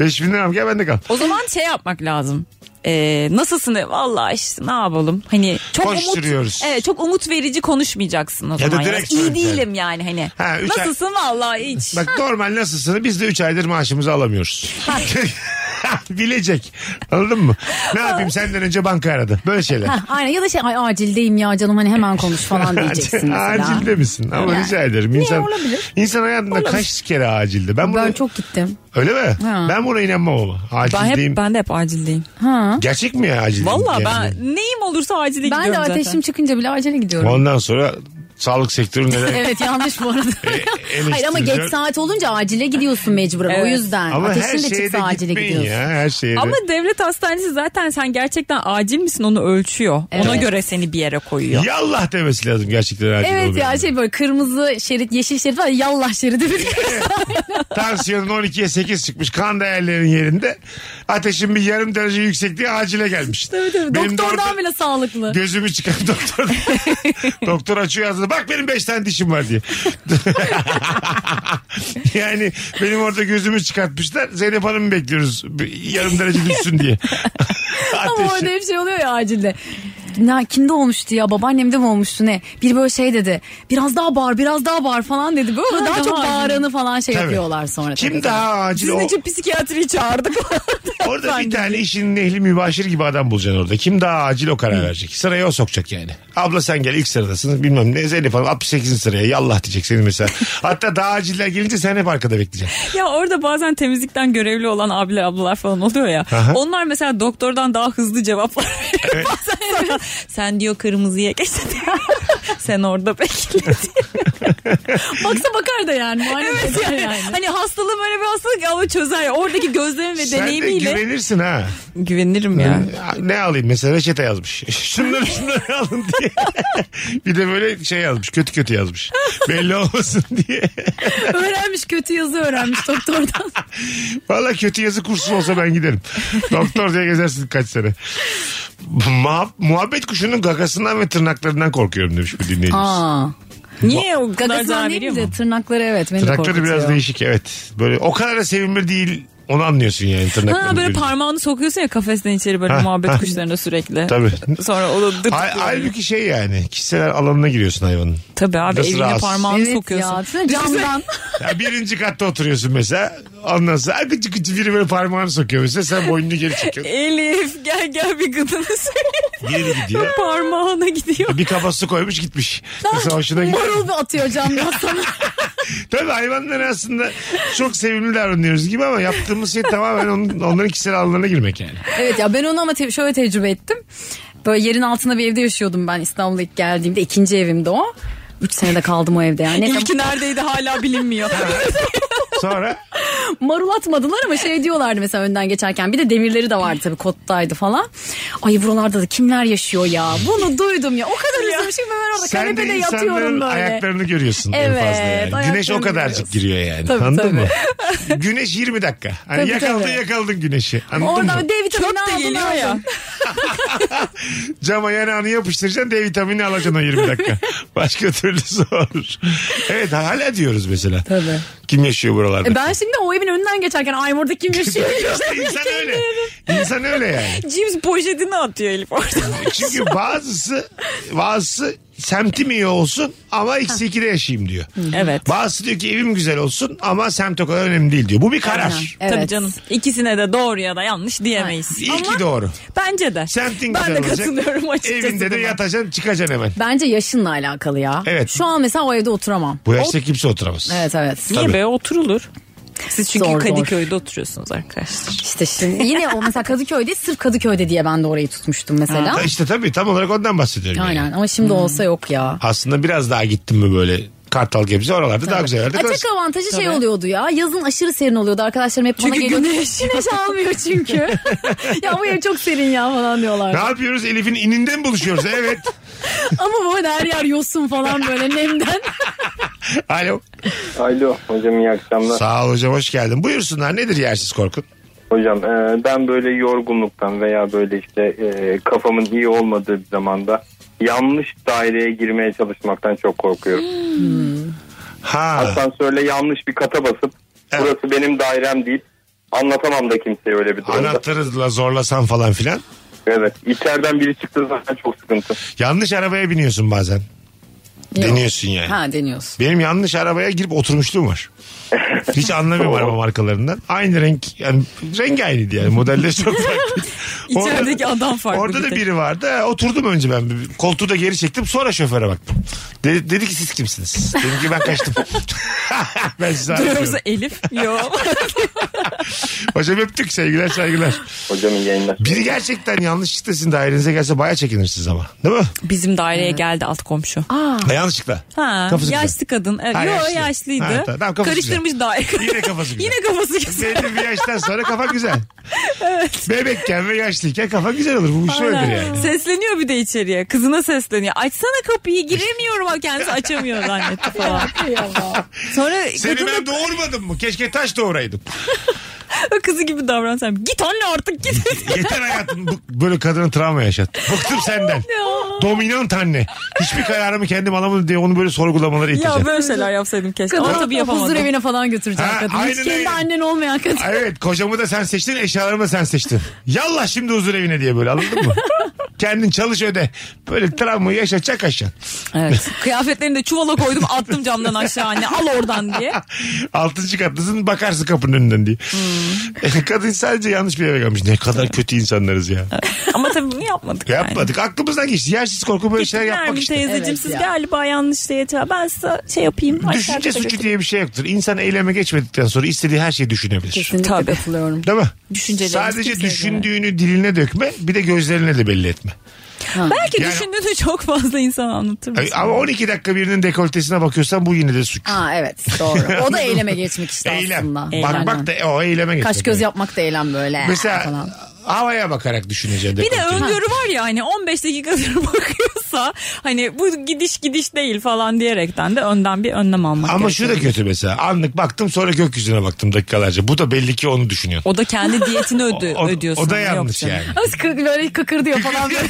Speaker 2: 5000 liram gel bende kal.
Speaker 3: O zaman şey yapmak lazım. Ee, nasılsın? Vallahi işte ne yapalım? Hani çok umut,
Speaker 2: Koşturuyoruz.
Speaker 3: evet, çok umut verici konuşmayacaksın o
Speaker 2: da
Speaker 3: zaman. yani.
Speaker 2: direkt
Speaker 3: İyi
Speaker 2: söyle.
Speaker 3: değilim yani hani.
Speaker 2: Ha, üç ay-
Speaker 3: nasılsın vallahi hiç.
Speaker 2: Bak normal nasılsın? Biz de 3 aydır maaşımızı alamıyoruz. Bilecek. Anladın mı? Ne yapayım senden önce banka aradı. Böyle şeyler.
Speaker 4: Heh, aynen ya da şey ay acildeyim ya canım hani hemen konuş falan diyeceksin mesela.
Speaker 2: Acilde misin? Ama
Speaker 4: Yani.
Speaker 2: rica ederim. İnsan,
Speaker 4: olabilir?
Speaker 2: insan hayatında kaç kere acilde? Ben, buna,
Speaker 4: Ben çok gittim.
Speaker 2: Öyle mi?
Speaker 4: Ha.
Speaker 2: Ben buna inanmam ama.
Speaker 3: Ben
Speaker 2: Acildeyim.
Speaker 3: hep ben de hep acildeyim.
Speaker 2: Gerçek mi ya acildeyim?
Speaker 3: Vallahi
Speaker 2: Yani?
Speaker 3: ben neyim olursa acile
Speaker 4: Ben de
Speaker 3: gidiyorum
Speaker 4: ateşim
Speaker 3: zaten.
Speaker 4: çıkınca bile acele gidiyorum.
Speaker 2: Ondan sonra sağlık sektörü neler
Speaker 4: Evet yanlış bu arada.
Speaker 2: E,
Speaker 4: Hayır ama
Speaker 2: eleştiriliyor.
Speaker 4: geç saat olunca acile gidiyorsun mecburen. O
Speaker 3: Evet.
Speaker 4: yüzden
Speaker 2: Ama her
Speaker 4: ateşin de
Speaker 2: şeye de
Speaker 4: çıksa acile
Speaker 2: gitmeyin
Speaker 4: gidiyorsun.
Speaker 2: ya. Her şeye de.
Speaker 3: Ama devlet hastanesi zaten sen gerçekten acil misin onu ölçüyor. Ona
Speaker 4: Evet.
Speaker 3: göre seni bir yere koyuyor.
Speaker 2: Yallah demesi lazım gerçekten acil
Speaker 4: Evet
Speaker 2: olmayan.
Speaker 4: ya şey böyle kırmızı şerit, yeşil şerit var ya, yallah şeridi bir
Speaker 2: Tansiyonun 12'ye 8 çıkmış. Kan değerlerinin yerinde. Ateşin bir yarım derece yüksek diye acile gelmiş. Benim de
Speaker 4: Doktordan
Speaker 2: orada
Speaker 4: bile sağlıklı.
Speaker 2: Gözümü çıkan doktor. doktor açıyor ağzını. Bak benim 5 tane dişim var diye. yani benim orada gözümü çıkartmışlar. Zeynep Hanım'ı bekliyoruz. Bir Yarım derece düşsün diye.
Speaker 4: Ama orada
Speaker 2: Ateşi.
Speaker 4: hep şey oluyor ya acilde. Ne, kimde olmuştu ya babaannemde mi olmuştu ne? Bir böyle şey dedi. Biraz daha bağır biraz daha bağır falan dedi. Böyle daha, çok bağıranı falan şey
Speaker 2: Tabii.
Speaker 4: yapıyorlar sonra.
Speaker 2: Kim
Speaker 4: tabii.
Speaker 2: daha acil?
Speaker 3: Sizin
Speaker 2: O-
Speaker 3: için psikiyatriyi çağırdık.
Speaker 2: Orada bir tane işinin ehli mübaşir gibi adam bulacaksın orada. Kim daha acil o karar verecek. Sıraya o sokacak yani. Abla sen gel ilk sıradasın. Bilmem ne Zeynep Hanım 68. sıraya yallah diyecek senin mesela. Hatta daha aciller gelince sen hep arkada bekleyeceksin.
Speaker 3: Ya orada bazen temizlikten görevli olan abiler ablalar falan oluyor ya.
Speaker 2: Aha.
Speaker 3: Onlar mesela doktordan daha hızlı cevaplar veriyor. Bazen sana, sen diyor kırmızıya geçti. Sen orada bekle.
Speaker 4: Baksa bakar da yani. evet
Speaker 3: Yani, Hani hastalığım öyle bir hastalık ama çözer. ya. Oradaki gözlerim ve
Speaker 2: Sen de
Speaker 3: deneyimiyle
Speaker 2: güvenirsin ha.
Speaker 3: güvenirim yani.
Speaker 2: Ne alayım mesela reçete yazmış. şunları şunları alın diye. bir de böyle şey yazmış kötü kötü yazmış. Belli olmasın diye.
Speaker 4: öğrenmiş kötü yazı öğrenmiş doktordan.
Speaker 2: Valla kötü yazı kursu olsa ben giderim. Doktor diye gezersin kaç sene. Muha- muhabbet kuşunun gagasından ve tırnaklarından korkuyorum demiş bir dinleyicimiz.
Speaker 4: Aa.
Speaker 3: Niye o kadar
Speaker 4: Gagasından
Speaker 3: zarar
Speaker 4: değil
Speaker 3: veriyor
Speaker 4: de
Speaker 3: mu?
Speaker 4: tırnakları evet beni de
Speaker 2: Tırnakları
Speaker 4: korkutuyor.
Speaker 2: biraz değişik evet. Böyle o kadar da sevimli değil Onu anlıyorsun yani tırnaklarını.
Speaker 3: Ha böyle
Speaker 2: görünce.
Speaker 3: parmağını sokuyorsun ya kafesten içeri böyle muhabbet kuşlarına sürekli.
Speaker 2: Tabii.
Speaker 3: Sonra o da dırt
Speaker 2: Hal-
Speaker 3: diyor.
Speaker 2: halbuki şey yani kişisel alanına giriyorsun hayvanın.
Speaker 3: Tabii abi
Speaker 2: Nasıl
Speaker 3: eline
Speaker 2: rahatsız?
Speaker 3: parmağını
Speaker 4: Evet
Speaker 3: sokuyorsun.
Speaker 4: ya. Sen camdan.
Speaker 2: Ya birinci katta oturuyorsun mesela. Ondan sonra ay gıcı gıcı biri böyle parmağını sokuyor mesela. Sen boynunu geri çekiyorsun.
Speaker 3: Elif gel gel bir gıdını söyle.
Speaker 2: Geri gidiyor.
Speaker 3: Parmağına gidiyor.
Speaker 2: Bir kaba su koymuş gitmiş. Mesela hoşuna gidiyor.
Speaker 4: Marul bir atıyor camdan sana.
Speaker 2: Tabii hayvanlara aslında çok sevimli davranıyoruz gibi ama yaptığımız şey tamamen onun, onların kişisel alanlarına girmek yani.
Speaker 4: evet ya ben onu ama te- şöyle tecrübe ettim. Böyle yerin altında bir evde yaşıyordum ben İstanbul'a ilk geldiğimde. ikinci evimdi o. Üç senede kaldım o evde yani. Neyse,
Speaker 3: İlki neredeydi hala bilinmiyor.
Speaker 2: Sonra
Speaker 4: marul atmadılar ama şey diyorlardı mesela önden geçerken. Bir de demirleri de vardı tabii kottaydı falan. Ay buralarda da kimler yaşıyor ya. Bunu duydum ya. O kadar üzülmüşüm ben orada
Speaker 2: sen de
Speaker 4: kanepede
Speaker 2: insanların
Speaker 4: yatıyorum böyle.
Speaker 2: ayaklarını görüyorsun en
Speaker 4: Evet,
Speaker 2: fazla yani. Güneş o
Speaker 4: ayaklarını
Speaker 2: kadarcık giriyor yani.
Speaker 4: Tabii,
Speaker 2: Anladın
Speaker 4: tabii.
Speaker 2: mı? Güneş 20 dakika. Hani
Speaker 4: Tabii,
Speaker 2: yakaladın
Speaker 4: tabii.
Speaker 2: yakaladın güneşi. Anladın mı?
Speaker 4: Oradan D vitamini
Speaker 3: Çöp de
Speaker 4: aldım.
Speaker 3: geliyor ya.
Speaker 4: aldım.
Speaker 2: Cama yanağını hani yapıştıracaksın D vitamini alacaksın o 20 dakika. Başka türlü zor. Evet hala diyoruz mesela.
Speaker 4: Tabii.
Speaker 2: Kim yaşıyor buralarda?
Speaker 4: E Ben şimdi o evin önünden geçerken ay burada kim yaşıyor?
Speaker 2: İşte insan öyle. İnsan öyle yani.
Speaker 3: James poşetini atıyor Elif orada.
Speaker 2: Çünkü bazısı bazısı semtim iyi olsun ama eksi ikide yaşayayım diyor.
Speaker 3: Evet.
Speaker 2: Bazısı diyor ki evim güzel olsun ama semt o kadar önemli değil diyor. Bu bir karar.
Speaker 4: Evet.
Speaker 3: Tabii canım. İkisine de doğru ya da yanlış diyemeyiz.
Speaker 2: İyi ki doğru.
Speaker 3: Bence de.
Speaker 2: Semtin
Speaker 3: ben
Speaker 2: güzel
Speaker 3: de
Speaker 2: olacak.
Speaker 3: katılıyorum açıkçası.
Speaker 2: Evinde de
Speaker 3: buna.
Speaker 2: yatacaksın çıkacaksın hemen.
Speaker 4: Bence yaşınla alakalı ya.
Speaker 2: Evet.
Speaker 4: Şu an mesela o evde oturamam.
Speaker 2: Bu yaşta kimse oturamaz.
Speaker 4: Evet evet.
Speaker 2: Tabii.
Speaker 3: Niye be oturulur. Siz çünkü
Speaker 4: Zor, zor.
Speaker 3: Kadıköy'de oturuyorsunuz arkadaşlar.
Speaker 4: İşte şimdi yine o mesela Kadıköy'de sırf Kadıköy'de diye ben de orayı tutmuştum mesela.
Speaker 2: Ta- İşte tabii tam olarak ondan bahsediyorum. yani.
Speaker 4: Aynen ama şimdi olsa yok ya.
Speaker 2: Aslında biraz daha gittim mi böyle Kartal Gebze oralarda daha güzel yerde
Speaker 4: Ha,
Speaker 2: kalırsın.
Speaker 4: tek avantajı şey oluyordu ya. Yazın aşırı serin oluyordu. Arkadaşlarım hep bana
Speaker 3: Çünkü
Speaker 4: geliyordu.
Speaker 3: güneş.
Speaker 4: almıyor çünkü. ya bu ev çok serin ya falan
Speaker 2: Ne
Speaker 4: diyorlar.
Speaker 2: yapıyoruz? Elif'in ininde mi buluşuyoruz? Evet.
Speaker 4: Ama bu arada her yer yosun falan böyle nemden.
Speaker 2: Alo.
Speaker 7: Alo hocam iyi akşamlar.
Speaker 2: Sağ ol hocam hoş geldin. Buyursunlar nedir yersiz korkun?
Speaker 7: Hocam e, ben böyle yorgunluktan veya böyle işte e, kafamın iyi olmadığı bir zamanda yanlış daireye girmeye çalışmaktan çok korkuyorum.
Speaker 2: Ha.
Speaker 7: Asansörle yanlış bir kata basıp
Speaker 2: Evet.
Speaker 7: burası benim dairem deyip anlatamam da kimseye öyle bir durumda.
Speaker 2: Anahtarla zorlasan falan filan.
Speaker 7: Evet içeriden biri çıktığı zaten çok sıkıntı.
Speaker 2: Yanlış arabaya biniyorsun bazen. Deniyorsun yani.
Speaker 4: Ha deniyorsun.
Speaker 2: Benim yanlış arabaya girip oturmuşluğum var. Hiç anlamıyorum araba markalarından. Aynı renk yani rengi aynıydı yani modelleri çok farklı.
Speaker 3: İçerideki adam farklı
Speaker 2: Orada
Speaker 3: bir
Speaker 2: da
Speaker 3: tek.
Speaker 2: biri vardı. Ha, Oturdum önce ben. Bir- Koltuğu da geri çektim sonra şoföre baktım. De- dedi ki siz kimsiniz? Dedim ki ben kaçtım. ben sizi
Speaker 3: Duruyorsa
Speaker 2: aramıyorum.
Speaker 3: Elif yok.
Speaker 2: Hocam öptük sevgiler saygılar.
Speaker 7: Hocam iyi yayınlar.
Speaker 2: Biri gerçekten yanlışlıkla sizin dairenize gelse baya çekinirsiniz ama. Değil mi?
Speaker 3: Bizim daireye geldi alt komşu.
Speaker 2: Ha, yanlışlıkla.
Speaker 3: Ha,
Speaker 2: Kafası
Speaker 3: yaşlı
Speaker 2: güzel.
Speaker 3: kadın. Evet,
Speaker 2: Ha,
Speaker 3: yo,
Speaker 2: yaşlı.
Speaker 3: yaşlıydı.
Speaker 2: Ha, tamam, kafası
Speaker 3: Karıştırmış daire.
Speaker 2: Yine kafası güzel.
Speaker 3: Yine kafası güzel.
Speaker 2: Belli bir yaştan sonra kafa güzel. Bebekken ve yaşlıyken kafa güzel olur. Bu iş öyledir yani.
Speaker 3: Sesleniyor bir de içeriye. Kızına sesleniyor. Açsana kapıyı giremiyorum. ha, Kendisi açamıyor zannetti falan. Sonra
Speaker 2: Seni
Speaker 3: kadın
Speaker 2: ben doğurmadım mı? Keşke taş doğuraydım.
Speaker 3: da kızı gibi davransam. Git anne artık git.
Speaker 2: Yeter hayatım. Bu- Böyle kadının travma yaşat. Bıktım senden. Dominant anne. Hiçbir kararımı kendim alamadım diye onu böyle sorgulamaları
Speaker 3: ya
Speaker 2: iteceğim.
Speaker 3: böyle şeyler yapsaydım keşke.
Speaker 4: Kadın
Speaker 3: Ama tabii
Speaker 4: huzur
Speaker 3: yapamadım.
Speaker 4: evine falan götüreceğim
Speaker 2: Ha,
Speaker 4: kadını. Hiç
Speaker 2: aynen öyle.
Speaker 4: kendi annen olmayan kadın.
Speaker 2: Evet kocamı da sen seçtin eşyalarımı da sen seçtin. Yallah şimdi huzur evine diye böyle anladın mı? Kendin çalış öde. Böyle travmayı yaşatacak aşağı.
Speaker 3: Evet. Kıyafetlerini de çuvala koydum attım camdan aşağı anne al oradan diye.
Speaker 2: Altıncı katlısın bakarsın kapının önünden diye.
Speaker 3: Hmm.
Speaker 2: Kadın sadece yanlış bir eve gelmiş. Ne kadar kötü insanlarız ya.
Speaker 3: Ama tabii bunu yapmadık. yani.
Speaker 2: Yapmadık. Aklımızdan geçti. Yersiz korku böyle şeyler
Speaker 3: Gittim
Speaker 2: yapmak
Speaker 3: Nermin
Speaker 2: işte.
Speaker 3: teyzeciğim
Speaker 4: Evet
Speaker 3: siz
Speaker 4: ya.
Speaker 3: galiba yanlış diye çağır. Ben size şey yapayım. aşağıda
Speaker 2: Düşünce suçu
Speaker 3: götüreyim.
Speaker 2: diye bir şey yoktur. İnsan eyleme geçmedikten sonra istediği her şeyi düşünebilir.
Speaker 4: Kesinlikle
Speaker 3: Tabii.
Speaker 4: katılıyorum.
Speaker 2: Değil mi?
Speaker 3: Düşüncelerimiz
Speaker 2: Sadece
Speaker 3: kimseye
Speaker 2: düşündüğünü diline dökme bir de gözlerine de belli etme.
Speaker 3: Belki
Speaker 2: Yani-
Speaker 3: düşündüğünü çok fazla insan anlatır mısın?
Speaker 2: Ay, Ama 12 dakika birinin dekoltesine bakıyorsan bu yine de suç.
Speaker 4: Ha evet doğru. O da eyleme geçmek işte
Speaker 2: Eylem.
Speaker 4: aslında.
Speaker 3: Eylem.
Speaker 2: Bakmak da o eyleme geçmek.
Speaker 4: Kaş göz yapmak da eylem böyle.
Speaker 2: Mesela
Speaker 4: falan.
Speaker 2: havaya bakarak düşüneceksin.
Speaker 3: Bir de
Speaker 2: dekolteyi.
Speaker 3: öngörü var ya hani 15 dakikadır bakıyorsun. olursa hani bu gidiş gidiş değil falan diyerekten de önden bir önlem almak
Speaker 2: Ama şu da
Speaker 3: gerekiyor.
Speaker 2: kötü mesela. Anlık baktım sonra gökyüzüne baktım dakikalarca. Bu da belli ki onu düşünüyor.
Speaker 3: O da kendi diyetini ödü,
Speaker 2: o,
Speaker 3: ödüyorsun. hani
Speaker 2: o da
Speaker 3: Yok
Speaker 2: yanlış
Speaker 3: canım.
Speaker 2: yani.
Speaker 4: Az kı- böyle kakır diyor falan böyle.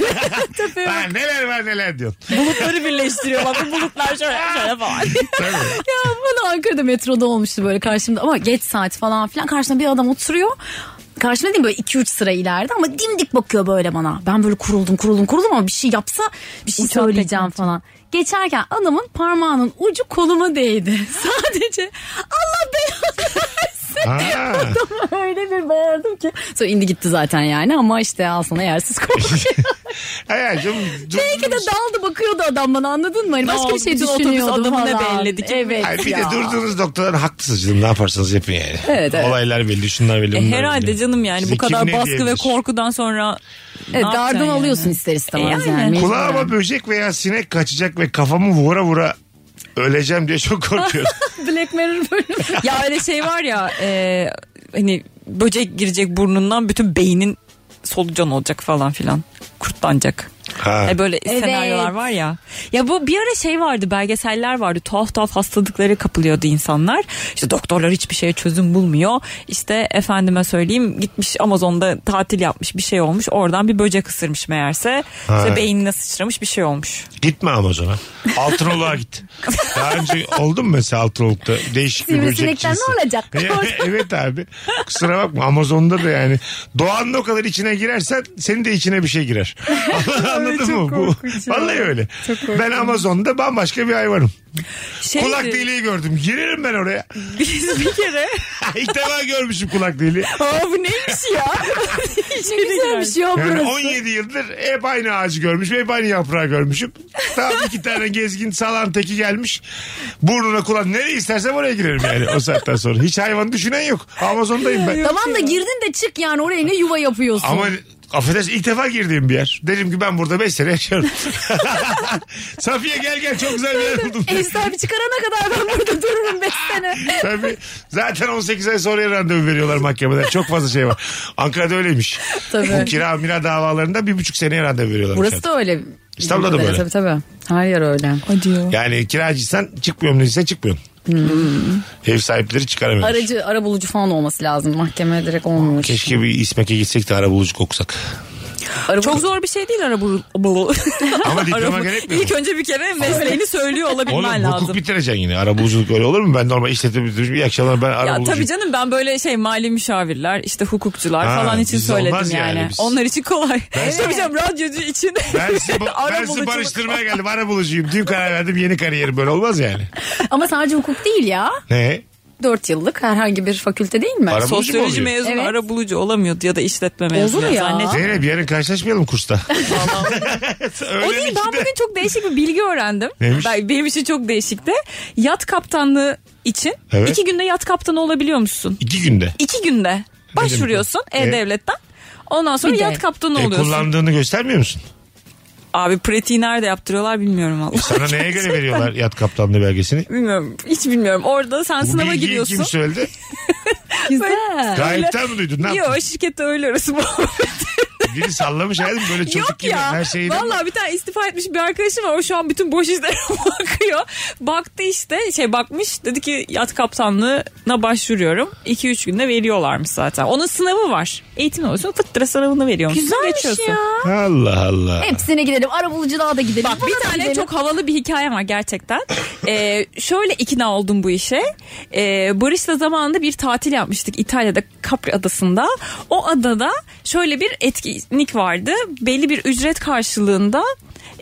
Speaker 4: Tepeye
Speaker 2: Ha, neler var neler diyorsun.
Speaker 3: Bulutları birleştiriyor. Bak bu bulutlar şöyle, şöyle falan.
Speaker 2: Tabii.
Speaker 4: Ya bana Ankara'da metroda olmuştu böyle karşımda ama geç saat falan filan karşımda bir adam oturuyor. Karşımda değil mi? böyle 2-3 sıra ileride ama dimdik bakıyor böyle bana. Ben böyle kuruldum kuruldum kuruldum ama bir şey yapsa bir şey
Speaker 3: Uçan
Speaker 4: söyleyeceğim
Speaker 3: tekme.
Speaker 4: falan. Geçerken adamın parmağının ucu koluma değdi. Sadece Allah belanı
Speaker 2: Ha.
Speaker 4: adamı öyle bir bağırdım ki. Sonra indi gitti zaten yani ama işte al sana yersiz korkuyor.
Speaker 2: Hayatım. dur-
Speaker 4: Belki de daldı bakıyordu adam bana anladın mı? Hani
Speaker 3: Ne
Speaker 4: başka bir
Speaker 3: oldu,
Speaker 4: şey
Speaker 3: düşünüyordu
Speaker 4: düşünüyordu
Speaker 3: adamı
Speaker 4: falan.
Speaker 3: ne belledi ki?
Speaker 4: Evet
Speaker 2: Ay, bir de
Speaker 4: ya.
Speaker 2: durduğunuz noktadan haklısınız canım. Ne yaparsanız yapın yani.
Speaker 4: Evet, evet.
Speaker 2: Olaylar belli, şunlar belli.
Speaker 3: E,
Speaker 2: bunlar
Speaker 3: herhalde
Speaker 2: belli.
Speaker 3: canım yani
Speaker 2: Size
Speaker 3: bu
Speaker 2: kim
Speaker 3: kadar
Speaker 2: ne
Speaker 3: baskı ve
Speaker 2: diyebilir?
Speaker 3: korkudan sonra ne
Speaker 4: Evet,
Speaker 3: yapacaksın
Speaker 4: E, dardan
Speaker 3: yani?
Speaker 4: alıyorsun ister istemez
Speaker 3: E,
Speaker 4: yani.
Speaker 3: yani.
Speaker 2: Kulağıma böcek veya sinek kaçacak ve kafamı vura vura öleceğim diye çok korkuyorum.
Speaker 4: Black Mirror bölümü.
Speaker 3: ya öyle şey var ya e, hani böcek girecek burnundan bütün beynin solucan olacak falan filan kurtlanacak.
Speaker 2: ha.
Speaker 3: E böyle
Speaker 4: Evet.
Speaker 3: senaryolar var ya. Ya bu bir ara şey vardı belgeseller vardı. Tuhaf tuhaf hastalıklara kapılıyordu insanlar. İşte doktorlar hiçbir şeye çözüm bulmuyor. İşte efendime söyleyeyim gitmiş Amazon'da tatil yapmış bir şey olmuş. Oradan bir böcek ısırmış meğerse.
Speaker 2: Ha.
Speaker 3: İşte beynine sıçramış bir şey olmuş.
Speaker 2: Gitme Amazon'a. Altınoluk'a git. Daha önce oldu mu mesela Altınoluk'ta değişik bir böcek
Speaker 4: Sivrisinekten
Speaker 2: cinsi?
Speaker 4: ne olacak?
Speaker 2: evet abi. Kusura bakma Amazon'da da yani. Doğanın o kadar içine girersen senin de içine bir şey girer. Anladın mı? Bu, vallahi öyle. Ben Amazon'da bambaşka bir hayvanım.
Speaker 3: Şeydi,
Speaker 2: Kulak deliği gördüm. Girerim ben oraya.
Speaker 3: Biz bir kere
Speaker 2: İlk defa görmüşüm kulak deliği.
Speaker 3: Aa bu neymiş ya? İçeri
Speaker 4: Güzelmiş ya
Speaker 2: Yani
Speaker 4: şey burası.
Speaker 2: 17 yıldır hep aynı ağacı görmüşüm. Hep aynı yaprağı görmüşüm. Tam iki tane gezgin salan teki gelmiş. Burnuna kulak nereye istersem oraya girerim yani o saatten sonra. Hiç hayvan düşünen yok. Amazon'dayım ben.
Speaker 4: Tamam da girdin de çık yani oraya ne yuva yapıyorsun.
Speaker 2: Ama affedersin ilk defa girdiğim bir yer. Dedim ki ben burada 5 sene yaşıyorum. Safiye gel gel çok güzel bir yer buldum.
Speaker 4: Ev sahibi çıkarana kadar ben burada dururum 5 sene.
Speaker 2: Tabii. Zaten 18 ay sonra randevu veriyorlar mahkemeden. Çok fazla şey var. Ankara'da öyleymiş.
Speaker 4: Tabii.
Speaker 2: Bu kira mira davalarında bir buçuk seneye randevu veriyorlar.
Speaker 4: Burası da öyle.
Speaker 2: İstanbul'da da böyle.
Speaker 4: Tabii tabii. Her yer öyle.
Speaker 2: Yani kiracıysan çıkmıyorum dediysen çıkmıyorsun.
Speaker 3: Hmm.
Speaker 2: Ev sahipleri çıkaramıyor.
Speaker 4: Aracı, ara bulucu falan olması lazım. Mahkeme direkt olmuyor.
Speaker 2: Keşke bir İsmek'e gitsek de arabulucu koksak.
Speaker 3: Çok zor bir şey değil ara bulu. bulu.
Speaker 2: Ama diploma
Speaker 3: Ara-
Speaker 2: gerekmiyor mu?
Speaker 3: İlk önce bir kere mesleğini söylüyor
Speaker 2: Oğlum
Speaker 3: olabilmen
Speaker 2: hukuk
Speaker 3: lazım.
Speaker 2: bitireceksin yine. Arabuluculuk öyle olur mu? Ben normal işletme bitirmişim. İyi akşamlar ben
Speaker 3: Ya
Speaker 2: arabulucuyum.
Speaker 3: tabii canım ben böyle şey mali müşavirler işte hukukçular
Speaker 2: Ha,
Speaker 3: falan için
Speaker 2: biz
Speaker 3: söyledim
Speaker 2: olmaz yani
Speaker 3: yani.
Speaker 2: biz.
Speaker 3: Onlar için kolay.
Speaker 2: Evet.
Speaker 3: Tabii canım radyocu için.
Speaker 2: Ben sizi,
Speaker 3: ara
Speaker 2: ben sizi
Speaker 3: buluculuk.
Speaker 2: barıştırmaya geldim. Arabulucuyum. Dün karar verdim yeni kariyerim böyle olmaz yani.
Speaker 4: Ama sadece hukuk değil ya.
Speaker 2: Ne?
Speaker 4: 4 yıllık herhangi bir fakülte değil mi?
Speaker 2: Ara bulucu mu
Speaker 3: Sosyoloji
Speaker 2: oluyor?
Speaker 3: mezunu
Speaker 4: Evet.
Speaker 3: ara bulucu olamıyordu ya da işletme mezunu.
Speaker 4: ya.
Speaker 3: Zannediyorum.
Speaker 2: Zeynep yarın karşılaşmayalım kursta. Öğlen
Speaker 3: O değil ben
Speaker 2: ikide.
Speaker 3: bugün çok değişik bir bilgi öğrendim.
Speaker 2: Neymiş?
Speaker 3: Ben, benim için çok değişikti. Yat kaptanlığı için
Speaker 2: Evet.
Speaker 3: iki günde yat kaptanı olabiliyor musun?
Speaker 2: İki günde.
Speaker 3: İki günde başvuruyorsun
Speaker 2: bu? E?
Speaker 3: E-Devlet'ten. Ondan sonra
Speaker 4: Bir de.
Speaker 3: yat kaptanı
Speaker 2: E,
Speaker 3: oluyorsun.
Speaker 2: kullandığını göstermiyor musun?
Speaker 3: Abi pratiği nerede yaptırıyorlar bilmiyorum Allah.
Speaker 2: Sana neye göre veriyorlar yat kaptanlığı belgesini?
Speaker 3: bilmiyorum. Hiç bilmiyorum. Orada sen
Speaker 2: Bu
Speaker 3: sınava
Speaker 2: bilgiyi
Speaker 3: giriyorsun.
Speaker 2: kim söyledi?
Speaker 4: Güzel.
Speaker 2: Gayipten mi duydun? Ne yaptın?
Speaker 3: Yok şirkette öyle arası muhabbet.
Speaker 2: Biri sallamış hayatım böyle çocuk
Speaker 3: Yok
Speaker 2: gibi
Speaker 3: ya.
Speaker 2: her şeyi.
Speaker 3: Vallahi bir tane istifa etmiş bir arkadaşım var. O şu an bütün boş işlere bakıyor. Baktı işte şey bakmış. Dedi ki yat kaptanlığına başvuruyorum. 2-3 günde veriyorlarmış zaten. Onun sınavı var. Eğitim alıyorsun. Fıttıra sınavını veriyormuş.
Speaker 4: Güzelmiş
Speaker 3: Geçiyorsun.
Speaker 4: ya.
Speaker 2: Allah Allah.
Speaker 4: Hepsine gidelim. Ara buluculuğa da gidelim.
Speaker 3: Bak bir
Speaker 4: buna da
Speaker 3: tane
Speaker 4: gidelim.
Speaker 3: çok havalı bir hikayem var gerçekten. Ee, şöyle ikna oldum bu işe. Ee, Barış'la zamanında bir tatil yapmıştık İtalya'da Capri adasında. O adada şöyle bir etkinlik vardı. Belli bir ücret karşılığında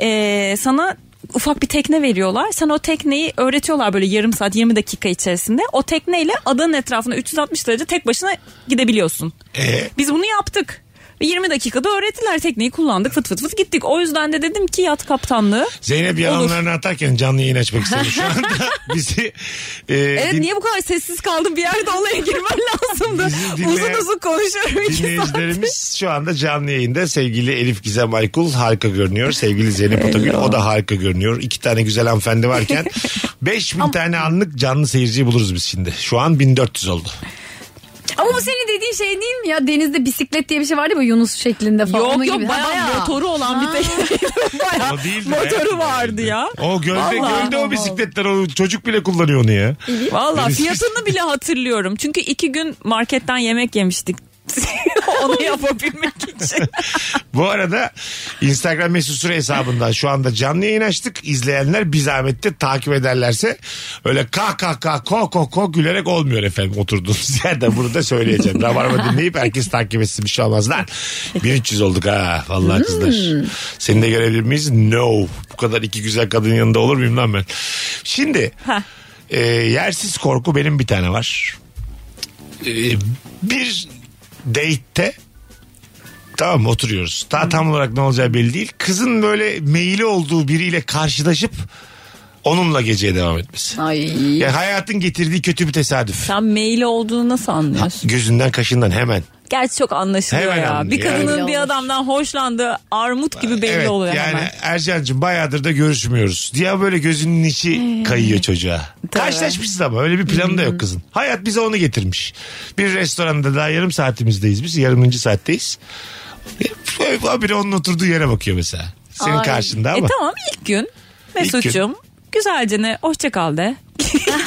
Speaker 3: ee, sana ufak bir tekne veriyorlar. Sana o tekneyi öğretiyorlar böyle yarım saat 20 dakika içerisinde. O tekneyle adanın etrafına 360 derece tek başına gidebiliyorsun.
Speaker 2: Ee?
Speaker 3: Biz bunu yaptık. Ve 20 dakikada öğrettiler tekneyi kullandık fıt fıt fıt gittik. O yüzden de dedim ki yat kaptanlığı.
Speaker 2: Zeynep yalanlarını atarken canlı yayın açmak istedim. Şu anda bizi e,
Speaker 3: Evet
Speaker 2: din-
Speaker 3: niye bu kadar sessiz kaldım bir yerde olaya girmen lazımdı.
Speaker 2: Bizi dinleyen-
Speaker 3: uzun uzun konuşuyorum iki saat.
Speaker 2: dinleyicilerimiz şu anda canlı yayında. Sevgili Elif Gizem Aykul harika görünüyor. Sevgili Zeynep Otagül o da harika görünüyor. İki tane güzel hanımefendi varken 5000 tane anlık canlı seyirciyi buluruz biz şimdi. Şu an 1400 oldu.
Speaker 4: Ama Ama bu senin dediğin şey değil mi ya? Denizde bisiklet diye bir şey vardı ya böyle Yunus şeklinde falan.
Speaker 3: Yok
Speaker 4: Onun
Speaker 3: yok
Speaker 4: gibi. Ha,
Speaker 3: bayağı, motoru olan bir tek bayağı
Speaker 2: O değil de.
Speaker 3: motoru vardı ya.
Speaker 2: O gölde
Speaker 3: Vallahi.
Speaker 2: gölde o bisikletler o çocuk bile kullanıyor onu ya.
Speaker 3: Valla
Speaker 2: Deniz-
Speaker 3: fiyatını bile hatırlıyorum. Çünkü iki gün marketten yemek yemiştik. Onu yapabilmek için.
Speaker 2: Bu arada Instagram mesut süre hesabından şu anda canlı yayın açtık. İzleyenler bir zahmet de takip ederlerse öyle kah kah kah ko ko ko gülerek olmuyor efendim oturduğunuz yerde. Bunu da söyleyeceğim. Rabarba dinleyip herkes takip etsin bir şey olmaz lan. 1300 olduk ha vallahi kızlar. Seni de görebilir miyiz? No. Bu kadar iki güzel kadın yanında olur muyum lan ben? Şimdi
Speaker 3: Heh.
Speaker 2: e, yersiz korku benim bir tane var. E, bir date'te Tamam oturuyoruz. Daha tam olarak ne olacağı belli değil. Kızın böyle meyili olduğu biriyle karşılaşıp onunla geceye devam etmesi.
Speaker 4: Ay.
Speaker 2: Yani hayatın getirdiği kötü bir tesadüf.
Speaker 3: Sen meyli olduğunu nasıl anlıyorsun?
Speaker 2: Gözünden kaşından hemen.
Speaker 3: Gerçi çok anlaşılıyor
Speaker 2: Hemen
Speaker 3: ya.
Speaker 2: anlıyor.
Speaker 3: Bir kadının
Speaker 4: Yani.
Speaker 3: bir adamdan hoşlandığı armut gibi belli
Speaker 2: evet,
Speaker 3: oluyor
Speaker 2: yani
Speaker 3: hemen.
Speaker 2: Ercan'cığım bayağıdır da görüşmüyoruz. Diye böyle gözünün içi kayıyor çocuğa.
Speaker 3: Tabii.
Speaker 2: Karşılaşmışız ama öyle bir planı da yok kızın. Hayat bize onu getirmiş. Bir restoranda daha yarım saatimizdeyiz biz. Yarımıncı saatteyiz. Abi onun oturduğu yere bakıyor mesela. Senin
Speaker 4: Ay.
Speaker 2: karşında ama.
Speaker 3: E tamam ilk gün
Speaker 2: İlk
Speaker 3: Mesut'cum güzelce ne hoşça kal de.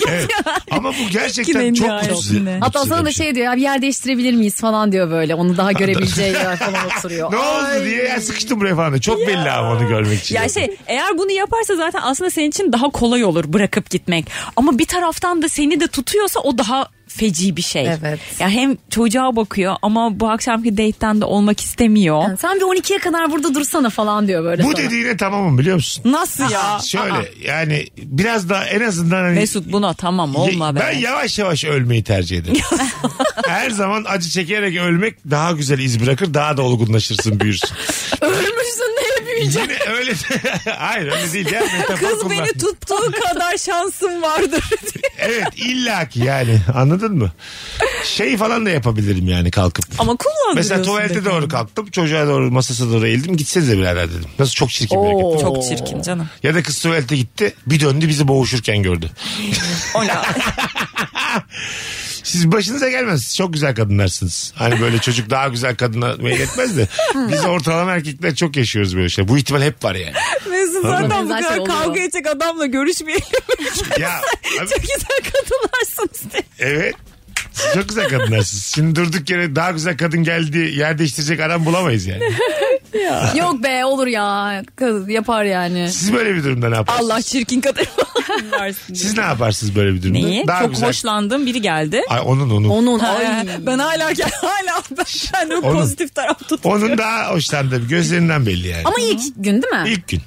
Speaker 2: Evet. Ama bu gerçekten
Speaker 3: İlk
Speaker 2: çok
Speaker 3: güvendi
Speaker 2: mutsuz.
Speaker 3: ailesine.
Speaker 4: Hatta sana da şey diyor ya bir yer değiştirebilir miyiz falan diyor böyle. Onu daha görebileceği yer falan oturuyor.
Speaker 2: Ne
Speaker 4: Ay.
Speaker 2: oldu diye ya sıkıştım buraya falan. diyor. Çok belli ama onu görmek için.
Speaker 3: Ya şey eğer bunu yaparsa zaten aslında senin için daha kolay olur bırakıp gitmek. Ama bir taraftan da seni de tutuyorsa o daha feci bir şey.
Speaker 4: Evet.
Speaker 3: Ya hem çocuğa bakıyor ama bu akşamki date'ten de olmak istemiyor.
Speaker 4: Yani Sen bir 12'ye kadar burada dursana falan diyor böyle
Speaker 2: bu
Speaker 4: sana.
Speaker 2: dediğine tamamım biliyor musun?
Speaker 3: Nasıl ya?
Speaker 2: Şöyle
Speaker 3: Aa,
Speaker 2: yani biraz daha en azından hani
Speaker 3: Mesut buna tamam olma
Speaker 2: Ye-
Speaker 3: be.
Speaker 2: Ben yavaş yavaş ölmeyi tercih ederim. Her zaman acı çekerek ölmek daha güzel iz bırakır, daha da olgunlaşırsın, büyürsün.
Speaker 4: Ölmüşsün neye büyüyeceksin?
Speaker 2: Yine öyle Hayır öyle değil ya. metafor
Speaker 3: Kız
Speaker 2: kullan.
Speaker 3: beni tuttuğu kadar şansım vardır.
Speaker 2: Evet illaki yani anladın mı? Şey falan da yapabilirim yani kalkıp.
Speaker 3: ama kullandırıyorsun.
Speaker 2: Mesela tuvalete
Speaker 3: dedi.
Speaker 2: doğru kalktım. Çocuğa doğru masasına doğru eğildim. Gitsenize birader dedim. Nasıl çok çirkin bir hareket.
Speaker 3: Çok çirkin canım.
Speaker 2: Ya da kız tuvalete gitti. Bir döndü bizi boğuşurken gördü.
Speaker 3: O ne?
Speaker 2: Siz başınıza gelmez. Siz çok güzel kadınlarsınız. Hani böyle çocuk daha güzel kadına meyletmez de. Biz ortalama erkekler çok yaşıyoruz böyle şeyler. Bu ihtimal hep var yani.
Speaker 3: Mesut zaten bu
Speaker 4: Benzer şey
Speaker 3: kadar
Speaker 4: oluyor.
Speaker 3: kavga edecek adamla görüşmeyelim.
Speaker 2: Ya abi,
Speaker 3: Çok güzel kadınlarsınız diye.
Speaker 2: evet. Siz çok güzel kadınlarsınız. Şimdi durduk yere daha güzel kadın geldi yer değiştirecek adam bulamayız yani.
Speaker 4: Yok be olur ya. Kız yapar yani.
Speaker 2: Siz böyle bir durumda ne yaparsınız?
Speaker 3: Allah çirkin kadın varsın.
Speaker 2: Siz ne yaparsınız böyle bir durumda?
Speaker 3: Neyi?
Speaker 2: Daha
Speaker 3: Çok
Speaker 2: güzel.
Speaker 3: hoşlandığım biri geldi.
Speaker 2: Ay onun onun.
Speaker 4: Onun
Speaker 3: Ha,
Speaker 4: ay.
Speaker 3: ben hala hala ben kendimi
Speaker 2: Onun-
Speaker 3: pozitif taraf tutuyorum.
Speaker 2: Onun daha hoşlandığı gözlerinden belli yani.
Speaker 4: Ama ilk gün değil mi?
Speaker 2: İlk gün.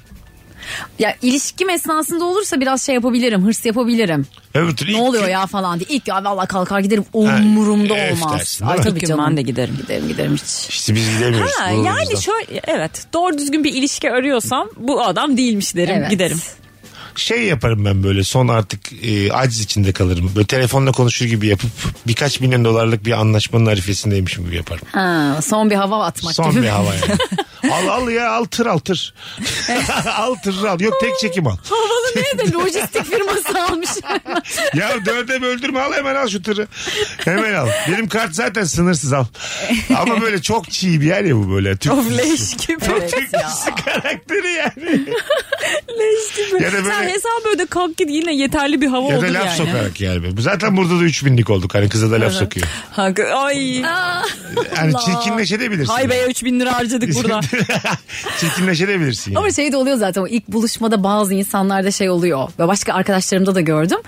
Speaker 4: Ya ilişkim esnasında olursa biraz şey yapabilirim, hırs yapabilirim.
Speaker 2: Öbür türlü
Speaker 4: Ne
Speaker 2: ilk
Speaker 4: oluyor
Speaker 2: gün-
Speaker 4: ya falan diye. İlk ya valla kalkar giderim umurumda
Speaker 2: Ha, öf
Speaker 4: olmaz.
Speaker 2: dersin, değil mi?
Speaker 4: tabii
Speaker 3: İlk gün
Speaker 4: canım.
Speaker 3: ben de giderim.
Speaker 4: Giderim giderim hiç.
Speaker 2: İşte biz gidemiyoruz.
Speaker 3: Ha,
Speaker 2: buralarımızdan.
Speaker 3: yani şöyle evet doğru düzgün bir ilişki arıyorsam bu adam değilmiş derim
Speaker 4: Evet.
Speaker 3: giderim.
Speaker 2: şey yaparım ben böyle son artık e, aciz içinde kalırım. Böyle telefonla konuşur gibi yapıp birkaç milyon dolarlık bir anlaşmanın arifesindeymişim gibi yaparım.
Speaker 4: Ha, son bir hava atmak
Speaker 2: son
Speaker 4: gibi.
Speaker 2: bir hava yani. al al ya al tır al tır. al tır al. Yok tek çekim al.
Speaker 4: Havalı neydi? Lojistik firması almış.
Speaker 2: Ya dörde böldürme al hemen al şu tırı. Hemen al. Benim kart zaten sınırsız al. Ama böyle çok çiğ bir yer ya bu böyle. Türk
Speaker 3: Of
Speaker 2: dizisi.
Speaker 3: leş gibi.
Speaker 2: Türk dizisi karakteri yani.
Speaker 3: leş gibi.
Speaker 2: Ya da böyle-
Speaker 3: Sen hesap öde kalk git yine yeterli bir hava
Speaker 2: ya da
Speaker 3: olur
Speaker 2: laf
Speaker 3: yani.
Speaker 2: sokarak yer be. Zaten burada da üç binlik olduk. Hani kıza da laf sokuyor.
Speaker 3: Ha, g- ay.
Speaker 2: Yani çirkinleşebilirsin.
Speaker 3: Hay be 3000 lira harcadık burada.
Speaker 2: Çirkinleşebilirsin yani.
Speaker 4: Ama şey de oluyor zaten o ilk buluşmada bazı insanlarda şey oluyor. Ve başka arkadaşlarımda da gördüm.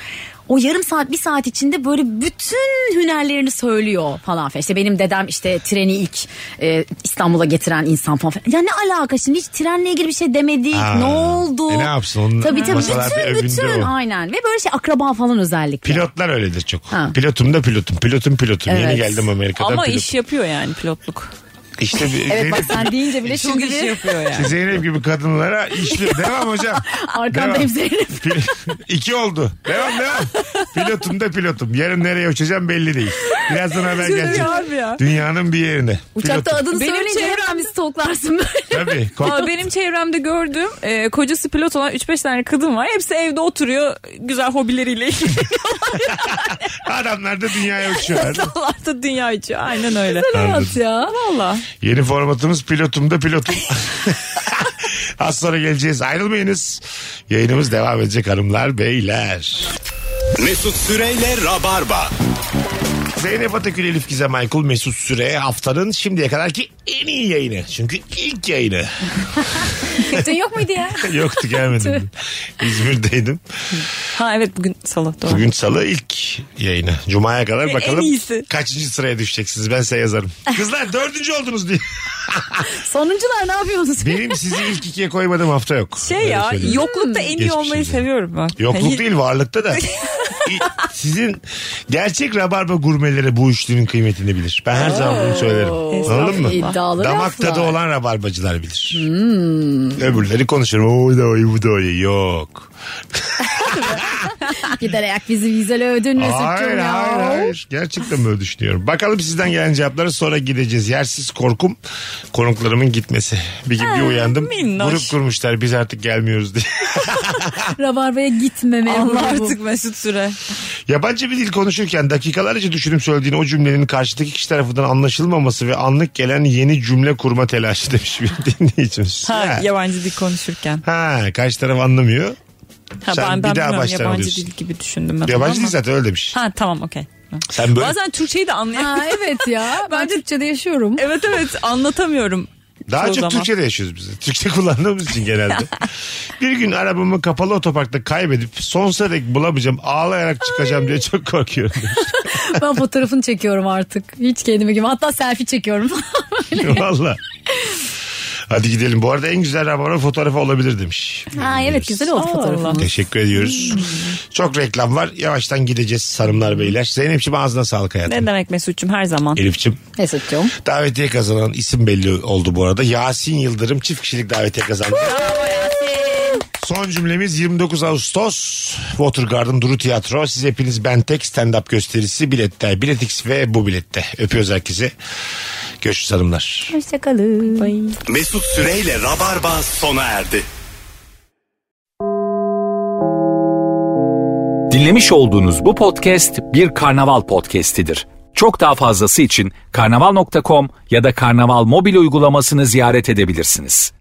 Speaker 4: O yarım saat bir saat içinde böyle bütün hünerlerini söylüyor falan. filan. İşte benim dedem işte treni ilk e, İstanbul'a getiren insan falan. filan. Ya ne alaka şimdi hiç trenle ilgili bir şey demedik.
Speaker 2: Aa,
Speaker 4: ne oldu?
Speaker 2: e ne yapsın? Onun
Speaker 4: tabii tabii
Speaker 2: masalarda
Speaker 4: bütün
Speaker 2: övündü
Speaker 4: bütün
Speaker 2: o.
Speaker 4: aynen. Ve böyle şey akraba falan özellikle.
Speaker 2: Pilotlar öyledir çok.
Speaker 4: Ha.
Speaker 2: Pilotum da pilotum. Pilotum pilotum. Yeni
Speaker 4: Evet.
Speaker 2: geldim Amerika'dan
Speaker 3: Ama
Speaker 2: pilotum.
Speaker 3: iş yapıyor yani pilotluk.
Speaker 2: İşte bir-
Speaker 4: Evet bak
Speaker 2: Zeynep,
Speaker 4: sen deyince bile şey
Speaker 3: Çok
Speaker 4: şimdi
Speaker 3: iş
Speaker 4: bir
Speaker 3: yapıyor yani.
Speaker 2: işte Zeynep gibi kadınlara işli. Devam hocam.
Speaker 4: arkandayım Zeynep.
Speaker 2: Pil- İki oldu. Devam devam. Pilotum da pilotum. Yarın nereye uçacağım belli değil. Birazdan haber gelecek.
Speaker 3: abi ya.
Speaker 2: Dünyanın bir yerine.
Speaker 4: Uçakta
Speaker 2: Pilotum.
Speaker 4: adını
Speaker 3: Benim
Speaker 4: söyleyince
Speaker 3: çevrem-
Speaker 4: hemen bir stalklarsın böyle.
Speaker 2: Tabii. Kork-
Speaker 3: Aa, benim çevremde gördüğüm e, kocası pilot olan 3-5 tane kadın var. Hepsi evde oturuyor güzel hobileriyle ilgileniyorlar.
Speaker 2: Adamlar da dünyaya uçuyorlar.
Speaker 3: Allah da dünya içiyor. Aynen öyle.
Speaker 4: Hayat ya.
Speaker 3: Valla.
Speaker 2: Yeni formatımız pilotum da pilotum. Az sonra geleceğiz. Ayrılmayınız. Yayınımız devam edecek hanımlar beyler.
Speaker 1: Mesut Süreyle Rabarba.
Speaker 2: Zeynep Atakül, Elif Gizem Aykul, Mesut Süre haftanın şimdiye kadarki en iyi yayını. Çünkü ilk yayını.
Speaker 4: Dün yok muydu ya?
Speaker 2: Yoktu gelmedim. İzmir'deydim.
Speaker 3: Ha evet bugün salı doğru.
Speaker 2: Bugün salı ilk yayını. Cuma'ya kadar
Speaker 3: En
Speaker 2: bakalım
Speaker 3: iyisi.
Speaker 2: kaçıncı sıraya düşeceksiniz. Ben size yazarım. Kızlar dördüncü oldunuz diye.
Speaker 4: Sonuncular ne yapıyorsunuz?
Speaker 2: Benim sizi ilk ikiye koymadığım hafta yok.
Speaker 3: Şey
Speaker 2: Öyle
Speaker 3: ya
Speaker 2: söyleyeyim.
Speaker 3: yoklukta en iyi
Speaker 2: Geçmiş
Speaker 3: olmayı
Speaker 2: şimdi.
Speaker 3: seviyorum ben. Hani
Speaker 2: Yokluk değil varlıkta da. İ- Sizin gerçek rabarba gurmeleri bu üçlünün kıymetini bilir. Ben her zaman bunu söylerim. Anladın mı?
Speaker 4: İddialı
Speaker 2: Damak tadı
Speaker 4: laflar.
Speaker 2: olan rabarbacılar bilir. Öbürleri konuşur. O da oy bu da oy. Yok.
Speaker 4: Gider ayak bizi vizeli ödün Mesut'cum
Speaker 2: Hayır
Speaker 4: ya.
Speaker 2: hayır hayır. Gerçekten böyle düşünüyorum. Bakalım sizden gelen cevapları sonra gideceğiz. Yersiz korkum konuklarımın gitmesi. Bir gibi bir uyandım.
Speaker 3: minnoş.
Speaker 2: Grup kurmuşlar biz artık gelmiyoruz diye.
Speaker 4: Rabarbaya gitmemeye
Speaker 3: Allah
Speaker 4: Allah
Speaker 3: artık Mesut Süre.
Speaker 2: Yabancı bir dil konuşurken dakikalarca düşünüp söylediğin o cümlenin karşıdaki kişi tarafından anlaşılmaması ve anlık gelen yeni cümle kurma telaşı demiş bir dinleyicimiz.
Speaker 3: Ha,
Speaker 2: Ha,
Speaker 3: yabancı dil konuşurken.
Speaker 2: ha, karşı taraf anlamıyor.
Speaker 3: Ha,
Speaker 2: Sen
Speaker 3: ben,
Speaker 2: bir
Speaker 3: ben
Speaker 2: daha
Speaker 3: bilmiyorum
Speaker 2: baştan
Speaker 3: yabancı
Speaker 2: alıyorsun.
Speaker 3: dil gibi düşündüm ben.
Speaker 2: Yabancı
Speaker 3: ama-
Speaker 2: değil zaten öyle demiş.
Speaker 3: Ha tamam okey.
Speaker 2: Sen böyle
Speaker 3: Bazen Türkçeyi de
Speaker 4: Ha
Speaker 3: anlayamıyorum.
Speaker 4: evet ya. Ben
Speaker 3: Bence-
Speaker 4: Türkçe'de yaşıyorum.
Speaker 3: evet evet anlatamıyorum.
Speaker 2: Daha çok
Speaker 3: çoğu zaman.
Speaker 2: Türkçe'de yaşıyoruz biz. Türkçe kullandığımız için genelde. bir gün arabamı kapalı otoparkta kaybedip sonsuza dek bulamayacağım ağlayarak çıkacağım diye çok korkuyorum.
Speaker 4: Ben fotoğrafını çekiyorum artık. Hiç kendime gibi. Hatta selfie çekiyorum.
Speaker 2: Valla. Hadi gidelim. Bu arada en güzel araba fotoğrafı olabilir demiş.
Speaker 4: ha evet güzel oldu fotoğrafı.
Speaker 2: Teşekkür ediyoruz. Çok reklam var. Yavaştan gideceğiz hanımlar beyler. Zeynep'ciğim ağzına sağlık hayatım.
Speaker 3: Ne demek Mesut'cum her zaman.
Speaker 2: Elif'ciğim
Speaker 4: Mesut'cum.
Speaker 2: davetiye kazanan isim belli oldu bu arada. Yasin Yıldırım çift kişilik davetiye kazandı. Son cümlemiz 29 Ağustos Watergarden Duru Tiyatro. Siz hepiniz ben tek stand-up gösterisi bilette. Biletix ve bu bilette. Öpüyoruz herkese. Görüşürüz hanımlar.
Speaker 4: Hoşçakalın.
Speaker 1: Mesut Süreyle Rabarba sona erdi.
Speaker 8: Dinlemiş olduğunuz bu podcast bir karnaval podcastidir. Çok daha fazlası için karnaval.com ya da karnaval mobil uygulamasını ziyaret edebilirsiniz.